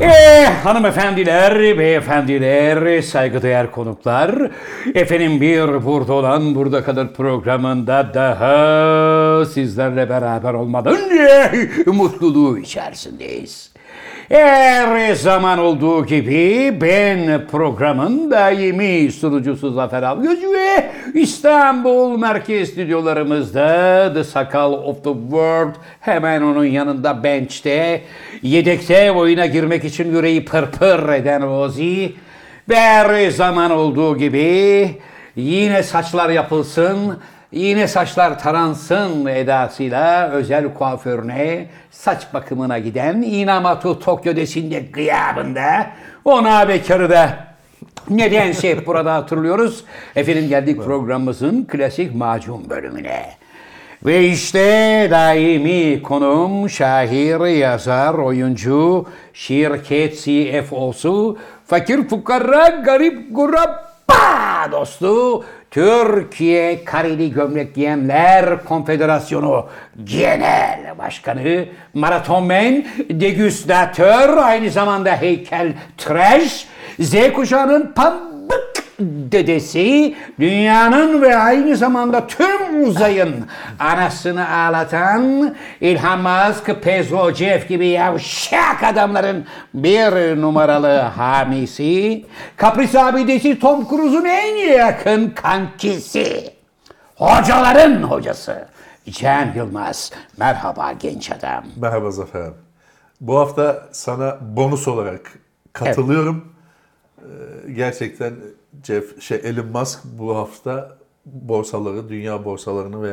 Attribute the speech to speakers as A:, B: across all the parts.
A: Eh, hanımefendiler, beyefendiler, saygıdeğer konuklar. Efendim bir burada olan burada kalır programında daha sizlerle beraber olmadan mutluluğu içerisindeyiz. Her zaman olduğu gibi ben programın daimi sunucusu Zafer Algöz ve İstanbul Merkez Stüdyolarımızda The Sakal of the World hemen onun yanında bench'te yedekte oyuna girmek için yüreği pırpır eden Ozi ve her zaman olduğu gibi yine saçlar yapılsın Yine saçlar taransın edasıyla özel kuaförüne, saç bakımına giden Inamatu Tokyo desinde kıyabında ona bekarı da nedense şey burada hatırlıyoruz. Efendim geldik programımızın klasik macun bölümüne. Ve işte daimi konum şair, yazar, oyuncu, şirket CFO'su, fakir fukara, garip guraba dostu, Türkiye Kareli Gömlek Giyenler Konfederasyonu Genel Başkanı, maratonmen, degüstatör, aynı zamanda heykel, trash, Z kuşağının pambık dedesi dünyanın ve aynı zamanda tüm uzayın anasını ağlatan Elon Musk, Pezocev gibi yavşak adamların bir numaralı hamisi, kapris abidesi Tom Cruise'un en yakın kankisi, hocaların hocası Can Yılmaz. Merhaba genç adam.
B: Merhaba Zafer abi. Bu hafta sana bonus olarak katılıyorum. Ee, gerçekten Jeff, şey Elon Musk bu hafta borsaları, dünya borsalarını ve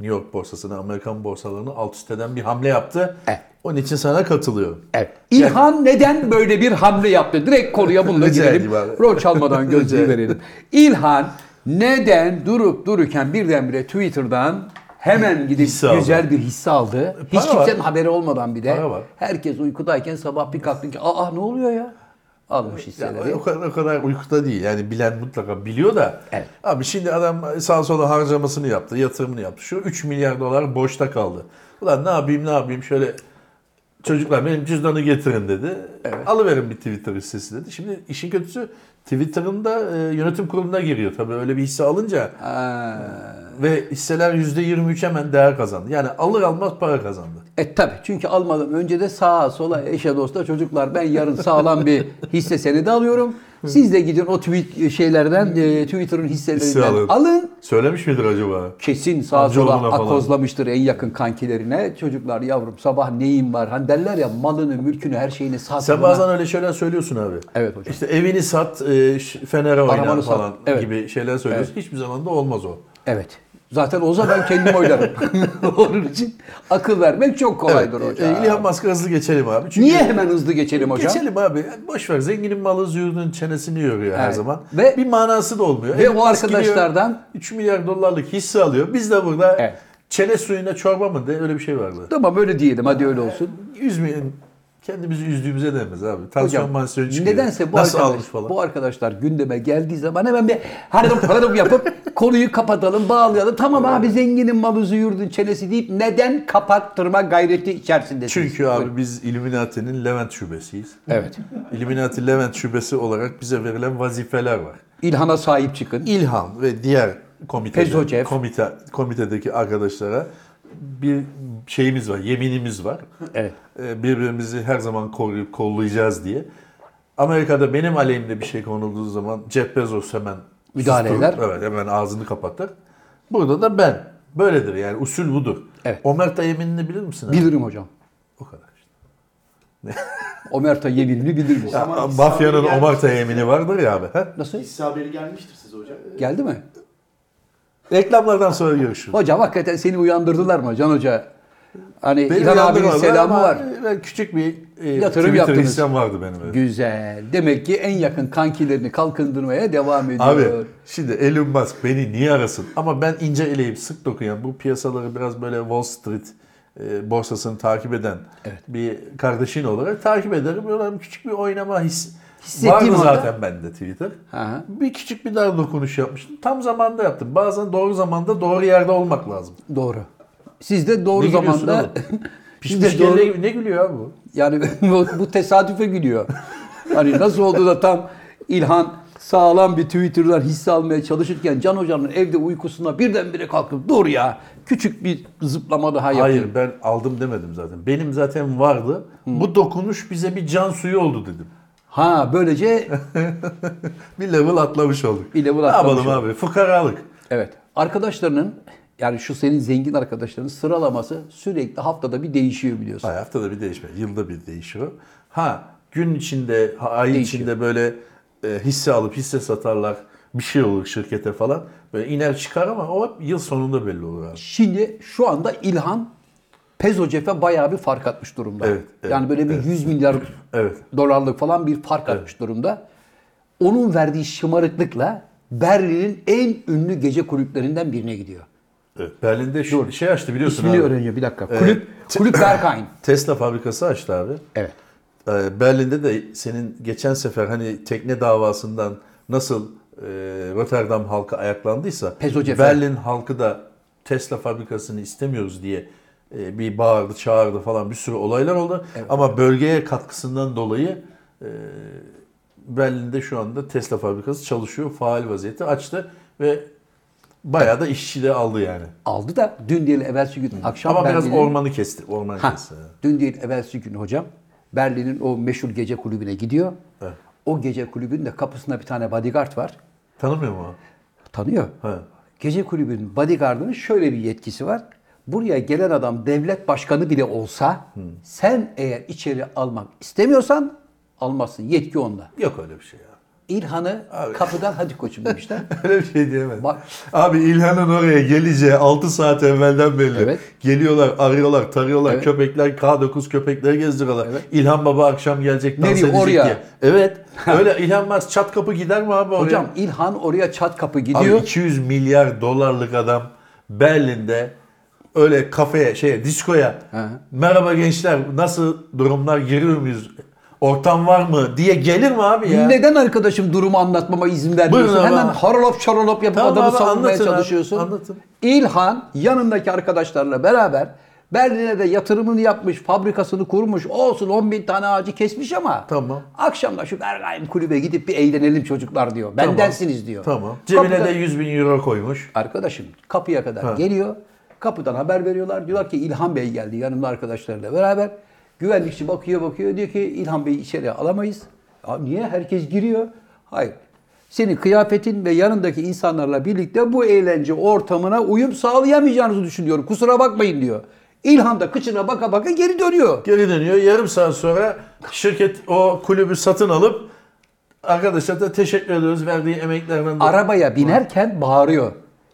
B: New York borsasını, Amerikan borsalarını alt üst eden bir hamle yaptı.
A: Evet.
B: Onun için sana katılıyorum.
A: Evet. İlhan neden böyle bir hamle yaptı? Direkt konuya bununla
B: Rica
A: girelim.
B: edeyim abi.
A: Rol çalmadan gözlüğü
B: Rica
A: verelim. İlhan neden durup dururken birdenbire Twitter'dan hemen gidip
B: Hisse aldı.
A: güzel bir hisse aldı. Hiç
B: para var.
A: kimsenin haberi olmadan bir de.
B: Para var.
A: Herkes uykudayken sabah bir kalktın ki aa ne oluyor ya? Almış
B: Yani
A: hisseleri.
B: o, kadar, o kadar uykuda değil. Yani bilen mutlaka biliyor da.
A: Evet.
B: Abi şimdi adam sağa sola harcamasını yaptı, yatırımını yaptı. Şu 3 milyar dolar boşta kaldı. Ulan ne yapayım ne yapayım şöyle çocuklar benim cüzdanı getirin dedi. Alıverin bir Twitter hissesi dedi. Şimdi işin kötüsü Twitter'ın da e, yönetim kuruluna giriyor. Tabii öyle bir hisse alınca
A: Ha.
B: ve hisseler %23 hemen değer kazandı. Yani alır almaz para kazandı.
A: E tabi çünkü almadan önce de sağa sola eşe dosta çocuklar ben yarın sağlam bir hisse senedi alıyorum. Siz de gidin o tweet şeylerden e, Twitter'ın
B: Hisse
A: hisselerinden
B: alın.
A: alın.
B: Söylemiş midir acaba?
A: Kesin sağa
B: Amcaoğluna
A: sola
B: falan.
A: akozlamıştır en yakın kankilerine. Çocuklar yavrum sabah neyim var? Hani derler ya malını, mülkünü, her şeyini sat.
B: Sen
A: buna.
B: bazen öyle şeyler söylüyorsun abi.
A: Evet hocam.
B: İşte evini sat, e, ş- Fener'e oyna
A: Arabanı sat.
B: falan
A: Evet.
B: gibi şeyler söylüyorsun. Hiçbir zaman da olmaz o.
A: Evet. Zaten olsa ben kendim oynarım. Onun için akıl vermek çok kolaydır
B: Evet,
A: hocam.
B: e, Elon Musk'a hızlı geçelim abi. Çünkü
A: Niye hemen hızlı geçelim hocam?
B: Geçelim abi. Yani Boş ver. Zenginin malı züğürünün çenesini yoruyor her
A: Evet.
B: zaman.
A: Ve-
B: Ve bir manası da olmuyor.
A: Ve
B: Elon
A: o
B: Musk gidiyor,
A: arkadaşlardan-
B: 3 milyar dolarlık hisse alıyor. Biz de burada
A: Evet.
B: çene suyuna çorba mı de öyle bir şey vardı.
A: Tamam öyle diyelim hadi öyle olsun.
B: Üzmeyin. Kendimizi üzdüğümüze değmez abi. Tansiyon
A: Hocam,
B: mansiyon çıkıyor.
A: nedense bu,
B: Nasıl
A: arkadaş,
B: almış falan.
A: bu arkadaşlar gündeme geldiği zaman hemen bir haradım haradım yapıp konuyu kapatalım, bağlayalım. Tamam abi zenginin malı züğürdün çenesi deyip neden kapattırma gayreti içerisindesiniz?
B: Çünkü abi biz Illuminati'nin Levent şubesiyiz.
A: Evet.
B: İlluminati Levent şubesi olarak bize verilen vazifeler var.
A: İlhan'a sahip çıkın.
B: İlhan ve diğer
A: Pezocev.
B: komite, komite komitedeki arkadaşlara bir şeyimiz var, yeminimiz var.
A: Evet.
B: Ee, Birbirimizi her zaman koruyup kollayacağız diye. Amerika'da benim aleyhimde bir şey konulduğu zaman Jeff Bezos hemen
A: Müdahale
B: susturur.
A: eder.
B: Evet, hemen ağzını kapatır. Burada da ben. Böyledir yani usul budur.
A: Evet.
B: Omerta yeminini bilir misin? abi?
A: Bilirim hocam.
B: o kadar.
A: Omerta yeminini bilir misin?
B: Ya,
C: Ama
B: mafyanın
C: İslam'ın
B: Omerta yemini vardır ya abi. He?
A: Nasıl?
C: Hisse haberi gelmiştir size hocam.
A: Geldi mi?
B: Reklamlardan sonra görüşürüz.
A: Hocam hakikaten seni uyandırdılar mı Can Hoca? Hani
B: Beni
A: İlhan abinin
B: uyandırmadılar
A: selamı
B: ama
A: var.
B: Ben küçük bir e,
A: Yatırım
B: Twitter
A: yaptınız.
B: hissem vardı benim. öyle.
A: Güzel. Demek ki en yakın kankilerini kalkındırmaya devam ediyor.
B: Abi şimdi Elon Musk beni niye arasın? Ama ben ince eleyip sık dokuyan bu piyasaları biraz böyle Wall Street e, borsasını takip eden bir kardeşin olarak takip ederim. Böyle küçük bir oynama his
A: Hissettiğim
B: vardı
A: anda-
B: zaten bende Twitter.
A: Ha.
B: Bir küçük bir dar dokunuş yapmıştım. Tam zamanda yaptım. Bazen doğru zamanda doğru yerde olmak lazım.
A: Doğru. Siz de doğru
B: Ne gülüyorsun
A: zamanda
B: Pişmiş
A: Biz de doğru-
B: kelle gibi ne gülüyor abi bu?
A: Yani bu, bu tesadüfe gülüyor. Hani nasıl oldu da tam İlhan sağlam bir Twitter'dan hisse almaya çalışırken Can Hoca'nın evde uykusunda birdenbire kalkıp dur ya küçük bir zıplama daha yapayım.
B: Hayır ben aldım demedim zaten. Benim zaten vardı. Bu dokunuş bize bir can suyu oldu dedim.
A: Ha böylece
B: Bir level atlamış olduk.
A: Bir level
B: ne
A: atlamış
B: yapalım abi? Fukaralık.
A: evet arkadaşlarının yani şu senin zengin arkadaşlarının sıralaması sürekli haftada bir değişiyor biliyorsun.
B: Ay, haftada bir değişme. Yılda bir değişiyor. Ha gün içinde, ha, ay
A: Değişiyor.
B: içinde böyle e, hisse alıp hisse satarlar. Bir şey olur şirkete falan. Böyle iner çıkar ama o hep yıl sonunda belli olur abi.
A: Şimdi şu anda İlhan Pezocef'e bayağı bir fark atmış durumda.
B: Evet, evet,
A: yani böyle bir 100 milyar
B: Evet.
A: dolarlık falan bir fark atmış durumda. Onun verdiği şımarıklıkla Berlin'in en ünlü gece kulüplerinden birine gidiyor.
B: Evet, Berlin'de şu şey açtı biliyorsun
A: İsmini
B: abi.
A: öğreniyor bir dakika. Kulüp, kulüp Berghain.
B: Tesla fabrikası açtı abi.
A: Evet.
B: Ee, Berlin'de de senin geçen sefer hani tekne davasından nasıl e, Rotterdam halkı ayaklandıysa
A: Pezocefer.
B: Berlin halkı da Tesla fabrikasını istemiyoruz diye e, bir bağırdı, çağırdı falan bir sürü olaylar oldu. Ama bölgeye katkısından dolayı e, Berlin'de şu anda Tesla fabrikası çalışıyor, faal vaziyette açtı ve bayağı da işçi de aldı yani.
A: Aldı da dün değil evvelsi gün akşam
B: Ama biraz
A: Berlin'in-
B: ormanı kesti, ormanı
A: Ha,
B: kesti.
A: dün değil evvelsi gün hocam Berlin'in o meşhur gece kulübüne gidiyor. O gece kulübünün de kapısında bir tane bodyguard var.
B: Tanımıyor mu?
A: Tanıyor.
B: Ha.
A: Gece kulübünün bodyguardının şöyle bir yetkisi var. Buraya gelen adam devlet başkanı bile olsa sen eğer içeri almak istemiyorsan almazsın. Yetki onda.
B: Yok öyle bir şey ya.
A: İlhan'ı kapıdan hadi koçum demişler.
B: Öyle bir şey diyemez.
A: Bak-
B: Abi İlhan'ın oraya geleceği 6 saat evvelden belli.
A: Evet.
B: Geliyorlar, arıyorlar, tarıyorlar.
A: Evet.
B: Köpekler, K9 köpekleri gezdiriyorlar. İlhan Baba akşam gelecek, dans
A: Nereye,
B: edecek
A: oraya?
B: diye. Evet. Öyle İlhan Mas çat kapı gider mi abi oraya?
A: Hocam İlhan oraya çat kapı
B: Abi
A: gidiyor.
B: 200 milyar dolarlık adam Berlin'de öyle kafeye, şeye, diskoya merhaba gençler nasıl durumlar giriyor muyuz? Ortam var mı diye gelir mi abi ya?
A: Neden arkadaşım durumu anlatmama izin vermiyorsun?
B: Buyurun ama.
A: Hemen harolop şarolop yapıp
B: Tamam
A: adamı
B: abi,
A: savunmaya
B: anlatın abi,
A: çalışıyorsun.
B: anlatın.
A: İlhan yanındaki arkadaşlarla beraber Berlin'e de yatırımını yapmış, fabrikasını kurmuş. Olsun 10 bin tane ağacı kesmiş ama
B: Tamam.
A: akşam da şu Bergheim kulübe gidip bir eğlenelim çocuklar diyor. Bendensiniz diyor.
B: Tamam. Cebine
A: Kapıda-
B: de 100 bin euro koymuş.
A: arkadaşım kapıya kadar geliyor. Kapıdan haber veriyorlar. Diyorlar ki İlhan Bey geldi yanımda arkadaşlarıyla beraber. Güvenlikçi bakıyor bakıyor. Diyor ki İlhan Bey'i içeri alamayız. Ya niye? Herkes giriyor. Hayır. Senin kıyafetin ve yanındaki insanlarla birlikte bu eğlence ortamına uyum sağlayamayacağınızı düşünüyorum. Kusura bakmayın diyor. İlhan da kıçına baka baka geri dönüyor.
B: Geri dönüyor. Yarım saat sonra şirket o kulübü satın alıp arkadaşlar da teşekkür ediyoruz verdiği emeklerden dolayı.
A: Arabaya binerken bağırıyor.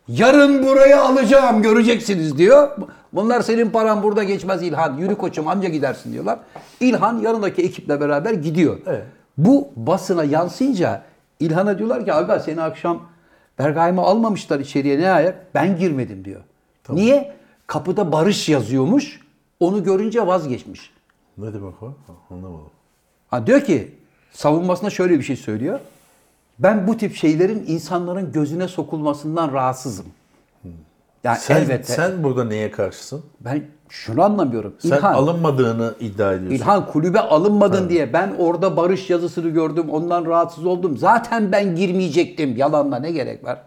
A: Yarın buraya alacağım göreceksiniz diyor. Bunlar senin paran burada geçmez İlhan. Yürü koçum anca gidersin diyorlar. İlhan yanındaki ekiple beraber gidiyor.
B: Evet.
A: Bu basına yansıyınca İlhan'a diyorlar ki aga seni akşam Bergheim'e almamışlar içeriye ne ayak? Ben girmedim diyor. Niye? Kapıda barış yazıyormuş. Onu görünce vazgeçmiş.
B: Ne demek o? Anlamadım.
A: Ha diyor ki savunmasına şöyle bir şey söylüyor. Ben bu tip şeylerin insanların gözüne sokulmasından rahatsızım. Yani
B: Sen,
A: elbette
B: sen burada neye karşısın?
A: ben şunu anlamıyorum.
B: Sen
A: İlhan,
B: alınmadığını iddia ediyorsun.
A: İlhan kulübe alınmadın diye ben orada barış yazısını gördüm ondan rahatsız oldum. Zaten ben girmeyecektim. Yalanla ne gerek var?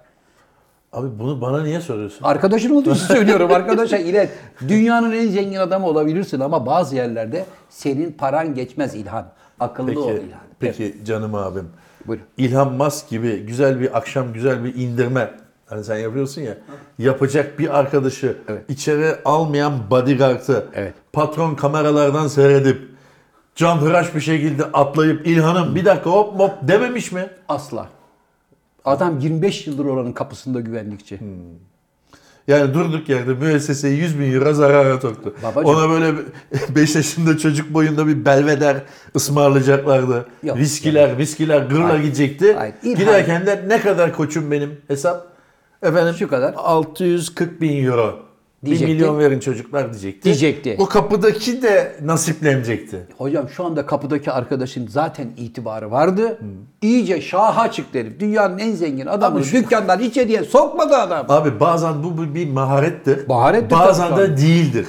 B: Abi bunu bana niye soruyorsun?
A: Arkadaşın olduğu için söylüyorum arkadaşa ilet. Dünyanın en zengin adamı olabilirsin ama bazı yerlerde senin paran geçmez İlhan. Akıllı ol
B: Peki,
A: İlhan.
B: peki canım abim.
A: Buyurun.
B: İlhan Musk gibi güzel bir akşam güzel bir indirme hani sen yapıyorsun ya yapacak bir arkadaşı içeri almayan bodyguard'ı
A: Evet.
B: patron kameralardan seyredip canhıraş bir şekilde atlayıp İlhan'ım bir dakika hop hop dememiş mi?
A: Asla. Adam 25 yıldır oranın kapısında güvenlikçi.
B: Yani durduk yerde müesseseye 100 bin euro zarara soktu.
A: Babacım.
B: Ona böyle 5 yaşında çocuk boyunda bir belveder ısmarlayacaklardı.
A: Yok.
B: Viskiler, viskiler gırla gidecekti.
A: Hayır. İlhan-
B: Giderken de ne kadar koçum benim hesap? Efendim
A: Şu kadar.
B: 640 bin euro. Bir
A: Diyecekti.
B: milyon verin çocuklar diyecekti.
A: Diyecekti.
B: O kapıdaki de nasiplenecekti.
A: Hocam şu anda kapıdaki arkadaşın zaten itibarı vardı. İyice şaha çıktı herif. Dünyanın en zengin adamı dükkandan içeriye sokmadı adam.
B: Abi bazen bu bir- bir maharettir.
A: Maharettir
B: Bazen
A: tabii ki
B: de değildir.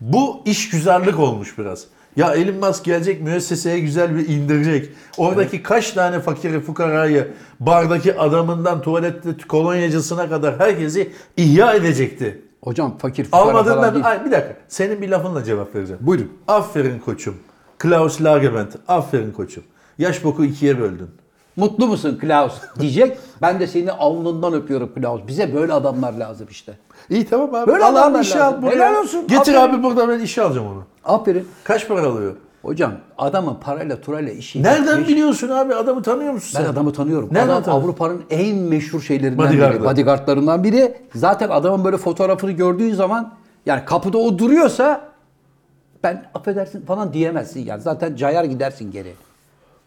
B: Bu iş güzellik olmuş biraz. Ya Elon Musk gelecek müesseseye güzel bir indirecek. Oradaki kaç tane fakiri fukarayı bardaki adamından tuvalette kolonyacısına kadar herkesi ihya edecekti.
A: Hocam fakir fukara falan
B: Almadığında
A: değil.
B: Ay, bir dakika. Senin bir lafınla cevap vereceğim.
A: Buyurun.
B: Aferin koçum. Klaus Lagerbendt. Aferin koçum. Yaş boku ikiye böldün.
A: Mutlu musun Klaus diyecek. Ben de seni alnından öpüyorum Klaus. Bize böyle adamlar lazım işte.
B: İyi tamam abi.
A: Böyle
B: Al abi
A: adamlar
B: işe
A: lazım.
B: al buraya.
A: Helal olsun.
B: Getir
A: Aferin.
B: abi burada ben işe alacağım onu.
A: Aferin.
B: Kaç para alıyor?
A: Hocam adamın parayla turayla işi
B: Nereden
A: bitmiş.
B: biliyorsun abi? Adamı tanıyor musun
A: Ben
B: sen?
A: adamı tanıyorum.
B: Nereden
A: Adam
B: tanıyorsun?
A: Avrupa'nın en meşhur şeylerinden biri.
B: Bodyguard'ı.
A: Bodyguardlarından biri. Zaten adamın böyle fotoğrafını gördüğün zaman yani kapıda o duruyorsa ben affedersin falan diyemezsin yani. Zaten cayar gidersin geri.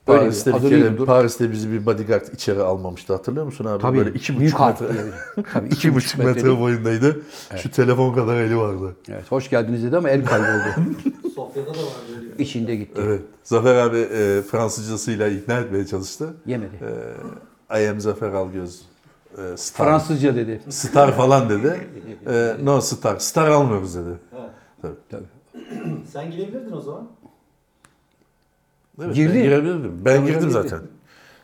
A: Böyle
B: Paris'te, bir
A: hazır
B: kere-
A: değilim, dur.
B: Paris'te bizi bir bodyguard içeri almamıştı hatırlıyor musun abi?
A: Tabii.
B: Böyle iki
A: Büyük
B: buçuk
A: harf
B: metre.
A: diyelim. Tabii, iki
B: iki
A: buçuk
B: buçuk metre
A: metrelik.
B: boyundaydı. Şu telefon kadar eli vardı.
A: Evet hoş geldiniz dedi ama el kayboldu.
C: Sofya'da da var böyle.
A: İçinde gitti.
B: Evet. Zafer abi e, Fransızcasıyla ikna etmeye çalıştı.
A: Yemedi.
B: E, I am Zafer Algöz. E, star.
A: Fransızca dedi.
B: Star falan dedi. E, no star. Star almıyoruz dedi.
C: Ha.
A: Tabii.
C: Sen girebilirdin o zaman.
B: Evet,
A: Girdi.
B: Ben girebilirdim. Ben girdim
A: girdi.
B: zaten.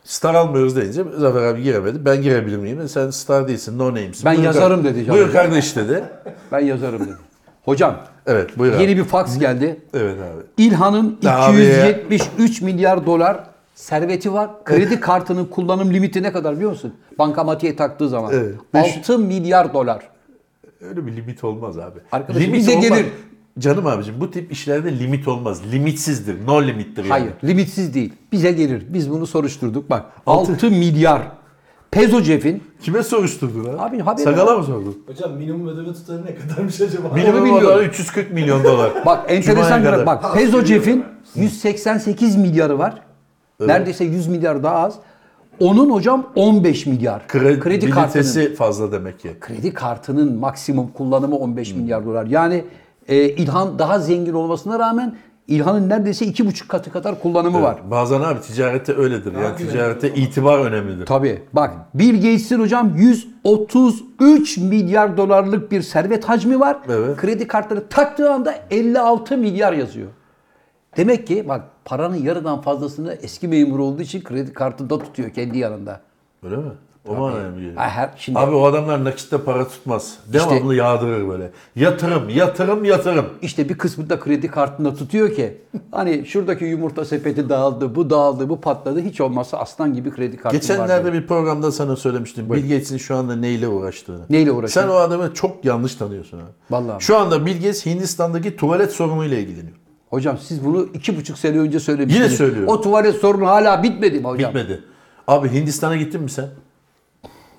B: Star almıyoruz deyince Zafer abi giremedi. Ben girebilir miyim? E, Sen star değilsin, no name'sin.
A: Ben
B: Buyur
A: yazarım
B: kardeş-
A: dedi
B: Buyur
A: canım.
B: kardeş dedi.
A: Ben yazarım dedi. Hocam
B: Evet buyur abi.
A: yeni bir fax geldi.
B: Evet abi.
A: İlhan'ın
B: Abi.
A: 273 milyar dolar serveti var. Kredi kartının kullanım limiti ne kadar biliyor musun? Bankamatiğe taktığı zaman.
B: Evet. Beş-
A: 6 milyar dolar.
B: Öyle bir limit olmaz abi.
A: Arkadaşım bize gelir.
B: Canım abicim bu tip işlerde limit olmaz. Limitsizdir. No limittir yani.
A: Hayır, limitsiz değil. Bize gelir. Biz bunu soruşturduk. Bak,
B: Altı-
A: 6 milyar. Pezo Cef'in
B: Kime soruşturdun abi?
A: Abi, haberi
B: Sakala
A: yok.
B: mı sordun?
C: Hocam minimum ödeme tutarı ne kadarmış acaba?
B: Minimum
A: biliyorum.
B: olarak 340 milyon dolar.
A: Bak enteresan
B: Cuma'ya
A: bir
B: kadar.
A: bak Pezo Cef'in 188 milyarı var. Neredeyse 100 milyar daha az. Onun hocam 15 milyar. kredi
B: Kredi,
A: kartının
B: kartesi fazla demek ki.
A: kredi kartının maksimum kullanımı 15 milyar dolar. Yani e, İlhan daha zengin olmasına rağmen İlhan'ın neredeyse 2,5 katı kadar kullanımı var.
B: Bazen abi ticarette öyledir. Yani
C: Abi,
B: ticarette itibar önemlidir.
A: Tabii. Bak Bill Gates'in hocam 133 milyar dolarlık bir servet hacmi var.
B: Evet.
A: Kredi kartları taktığı anda 56 milyar yazıyor. Demek ki bak paranın yarıdan fazlasını eski memur olduğu için kredi kartında tutuyor kendi yanında.
B: Öyle mi? O manaya mı geliyor?
A: Ha, her- Ah, şimdi
B: Abi o adamlar nakitte para tutmaz. Devamlı yağdırır böyle. Yatırım, yatırım, yatırım.
A: işte bir kısmını da kredi kartında tutuyor ki hani şuradaki yumurta sepeti dağıldı, bu dağıldı, bu patladı. Hiç olmazsa aslan gibi kredi kartı var.
B: Geçenlerde
A: diyor.
B: bir programda sana söylemiştim. Bill Gates'in şu anda neyle uğraştığını.
A: Neyle uğraşıyor?
B: Sen o adamı çok yanlış tanıyorsun abi.
A: Vallahi.
B: Şu anda Bill Gates Hindistan'daki tuvalet sorunuyla ilgileniyor.
A: Hocam siz bunu iki buçuk sene önce söylemiştiniz.
B: Yine söylüyorum.
A: O tuvalet sorunu hala bitmedi mi hocam?
B: Bitmedi. Abi Hindistan'a gittin mi sen?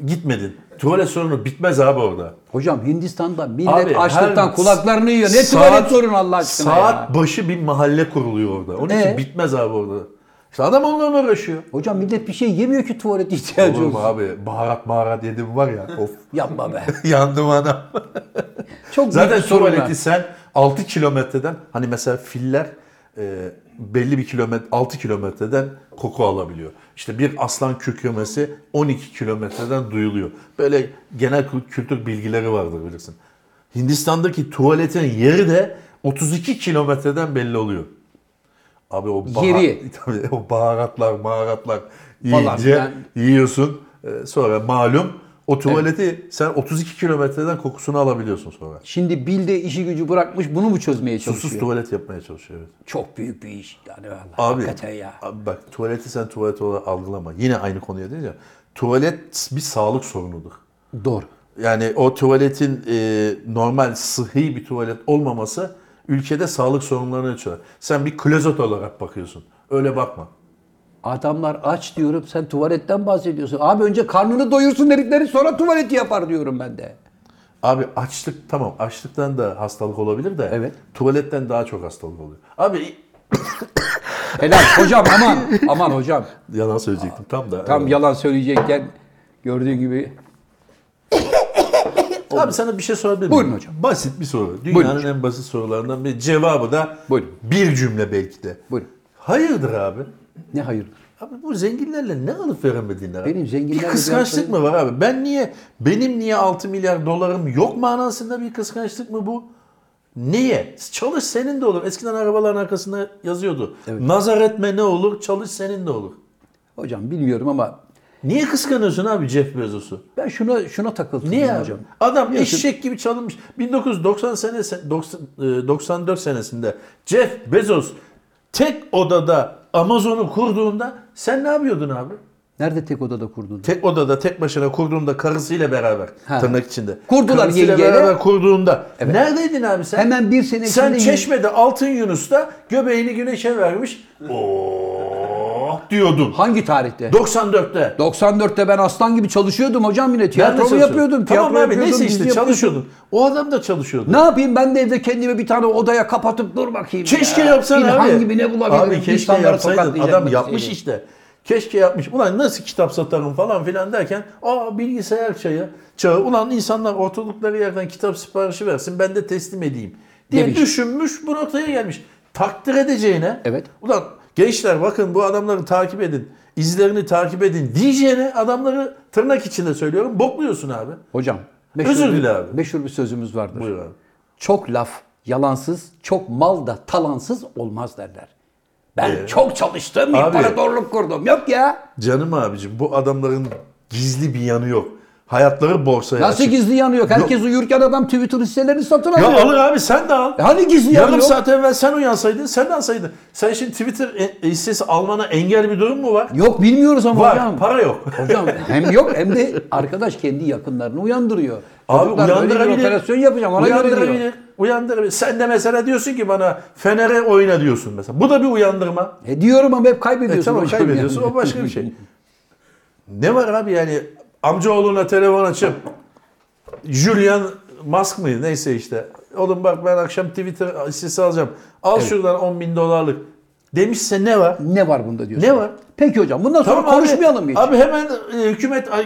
B: Gitmedin. Tuvalet sorunu bitmez abi orada.
A: Hocam Hindistan'da millet
B: Abi,
A: açlıktan
B: her-
A: kulaklarını yiyor. Ne
B: Saat-
A: tuvalet sorun Allah aşkına
B: Saat
A: ya.
B: başı bir mahalle kuruluyor orada. Onun
A: Ee?
B: için bitmez abi orada. İşte adam onunla uğraşıyor.
A: Hocam millet bir şey yemiyor ki tuvalet ihtiyacı
B: Olur mu
A: olsun.
B: abi? Baharat maharat yedim var ya. Of.
A: Yapma be.
B: Yandım adam.
A: Çok
B: Zaten
A: büyük sorun var.
B: tuvaleti sen 6 kilometreden hani mesela filler e, belli bir kilometre 6 kilometreden koku alabiliyor. İşte bir aslan kükremesi 12 kilometreden duyuluyor. Böyle genel kü- kültür bilgileri vardır bilirsin. Hindistan'daki tuvaletin yeri de 32 kilometreden belli oluyor. Abi o, bahar-
A: Yeri.
B: Tabii, o baharatlar maharatlar
A: Falan
B: yiyince
A: filan.
B: yiyorsun. E, Sonra malum o tuvaleti sen 32 kilometreden kokusunu alabiliyorsun sonra.
A: Şimdi Bill de işi gücü bırakmış bunu mu çözmeye çalışıyor?
B: Susuz tuvalet yapmaya çalışıyor. evet.
A: Çok büyük bir iş yani vallahi.
B: Abi,
A: Hakikaten ya.
B: abi bak tuvaleti sen tuvalet olarak algılama. Yine aynı konuya döneceğim. Tuvalet bir sağlık sorunudur.
A: Doğru.
B: Yani o tuvaletin e, normal sıhhi bir tuvalet olmaması ülkede sağlık sorunlarını açıyor. Sen bir klozet olarak bakıyorsun. Öyle bakma.
A: Adamlar aç diyorum sen tuvaletten bahsediyorsun. Abi önce karnını doyursun dedikleri sonra tuvaleti yapar diyorum ben de.
B: Abi açlık tamam açlıktan da hastalık olabilir de
A: Evet.
B: tuvaletten daha çok hastalık oluyor. Abi
A: Helal hocam aman aman hocam.
B: yalan söyleyecektim tam da.
A: Tam yalan söyleyecekken gördüğün gibi
B: Abi sana bir şey sorabilir miyim?
A: Buyurun hocam.
B: Basit bir soru.
A: Buyurun
B: Dünyanın en basit sorularından bir cevabı da
A: Buyurun.
B: bir cümle belki de.
A: Buyurun.
B: Hayırdır abi?
A: ne hayır.
B: Abi bu zenginlerle ne alıp veremediğinler abi?
A: Benim zenginlerle
B: Bir
A: bir
B: kıskançlık
A: alakası-
B: mı var abi? Ben niye, benim niye 6 milyar dolarım yok manasında bir kıskançlık mı bu? Niye? Çalış senin de olur. Eskiden arabaların arkasında yazıyordu. Nazar etme ne olur, çalış senin de olur.
A: Hocam bilmiyorum ama
B: Niye kıskanıyorsun abi Jeff Bezos'u?
A: ben şuna şuna takıldım
B: Niye abi?
A: hocam.
B: Adam
A: Biliyorsun-
B: eşek gibi çalınmış. 1990 senesi 90, e, 94 senesinde Jeff Bezos tek odada Amazon'u kurduğunda sen ne yapıyordun abi?
A: Nerede tek odada kurdun?
B: Tek odada tek başına kurduğunda karısıyla beraber
A: Ha.
B: tırnak içinde.
A: Kurdular
B: karısıyla
A: yengeyle.
B: beraber kurduğunda. Neredeydin abi sen?
A: Hemen bir sene
B: Sen
A: içinde-
B: Çeşme'de Altın Yunus'ta göbeğini güneşe vermiş. Oo diyordun.
A: Hangi tarihte?
B: 94'te.
A: 94'te ben aslan gibi çalışıyordum hocam yine.
B: Nerede
A: Tiyatro mu
B: çalışıyordun?
A: yapıyordum.
B: Tamam
A: tiyatro
B: abi neyse
A: yapıyordum, dizi
B: işte
A: yapıyordum.
B: çalışıyordun. O adam da çalışıyordu.
A: Ne yapayım ben de evde kendime bir tane odaya kapatıp dur bakayım
B: Keşke
A: ya.
B: yapsan
A: İlhan
B: abi.
A: gibi ne bulabilirim?
B: Abi keşke
A: İnsanlara
B: yapsaydın.
A: tokatlayacak
B: Adam
A: bir
B: yapmış
A: şey.
B: işte. Keşke yapmış. Ulan nasıl kitap satarım falan filan derken aa bilgisayar çağı, çağı. Ulan insanlar ortalıkları yerden kitap siparişi versin ben de teslim edeyim. Diye
A: Demiş.
B: düşünmüş bu noktaya gelmiş. Takdir edeceğine.
A: Evet.
B: Ulan gençler bakın bu adamları takip edin. izlerini takip edin diyeceğine adamları tırnak içinde söylüyorum bokluyorsun abi.
A: Hocam.
B: Özür
A: bir-
B: dile abi.
A: Meşhur bir sözümüz vardır.
B: Buyur abi.
A: Çok laf yalansız, çok mal da talansız olmaz derler. Ben çok çalıştım,
B: Ee? Abi.
A: imparatorluk kurdum. Yok ya.
B: Canım abicim bu adamların gizli bir yanı yok. Hayatları borsaya
A: Nasıl
B: açık.
A: gizli yanı yok? Herkes uyurken adam Twitter hisselerini satın alıyor.
B: Ya alır abi sen de al.
A: E hani gizli yanı
B: Yarım
A: yok?
B: saat evvel sen uyansaydın, sen de alsaydın. Sen şimdi Twitter e- hissesi almana engel bir durum mu var?
A: Yok bilmiyoruz ama
B: Var,
A: hocam.
B: para yok.
A: Hocam hem yok hem de arkadaş kendi yakınlarını uyandırıyor.
B: Abi
A: Çocuklar böyle bir
B: uyandırabilir.
A: operasyon yapacağım ona göre diyor.
B: uyandırabilir, uyandırabilir. Sen de mesela diyorsun ki bana Fener'e oyna diyorsun mesela. Bu da bir uyandırma.
A: E diyorum ama hep kaybediyorsun.
B: E tamam
A: hocam
B: kaybediyorsun
A: yani.
B: o başka bir şey. Ne var abi yani amcaoğluna telefon açıp Julian Musk mıydı neyse işte. Oğlum bak ben akşam Twitter hissesi alacağım. Al şuradan 10 bin dolarlık. Demişse ne var?
A: Ne var bunda diyorsun?
B: Ne var?
A: Peki hocam bundan sonra
B: Tamam abi.
A: konuşmayalım hiç.
B: Abi hemen e, hükümet a-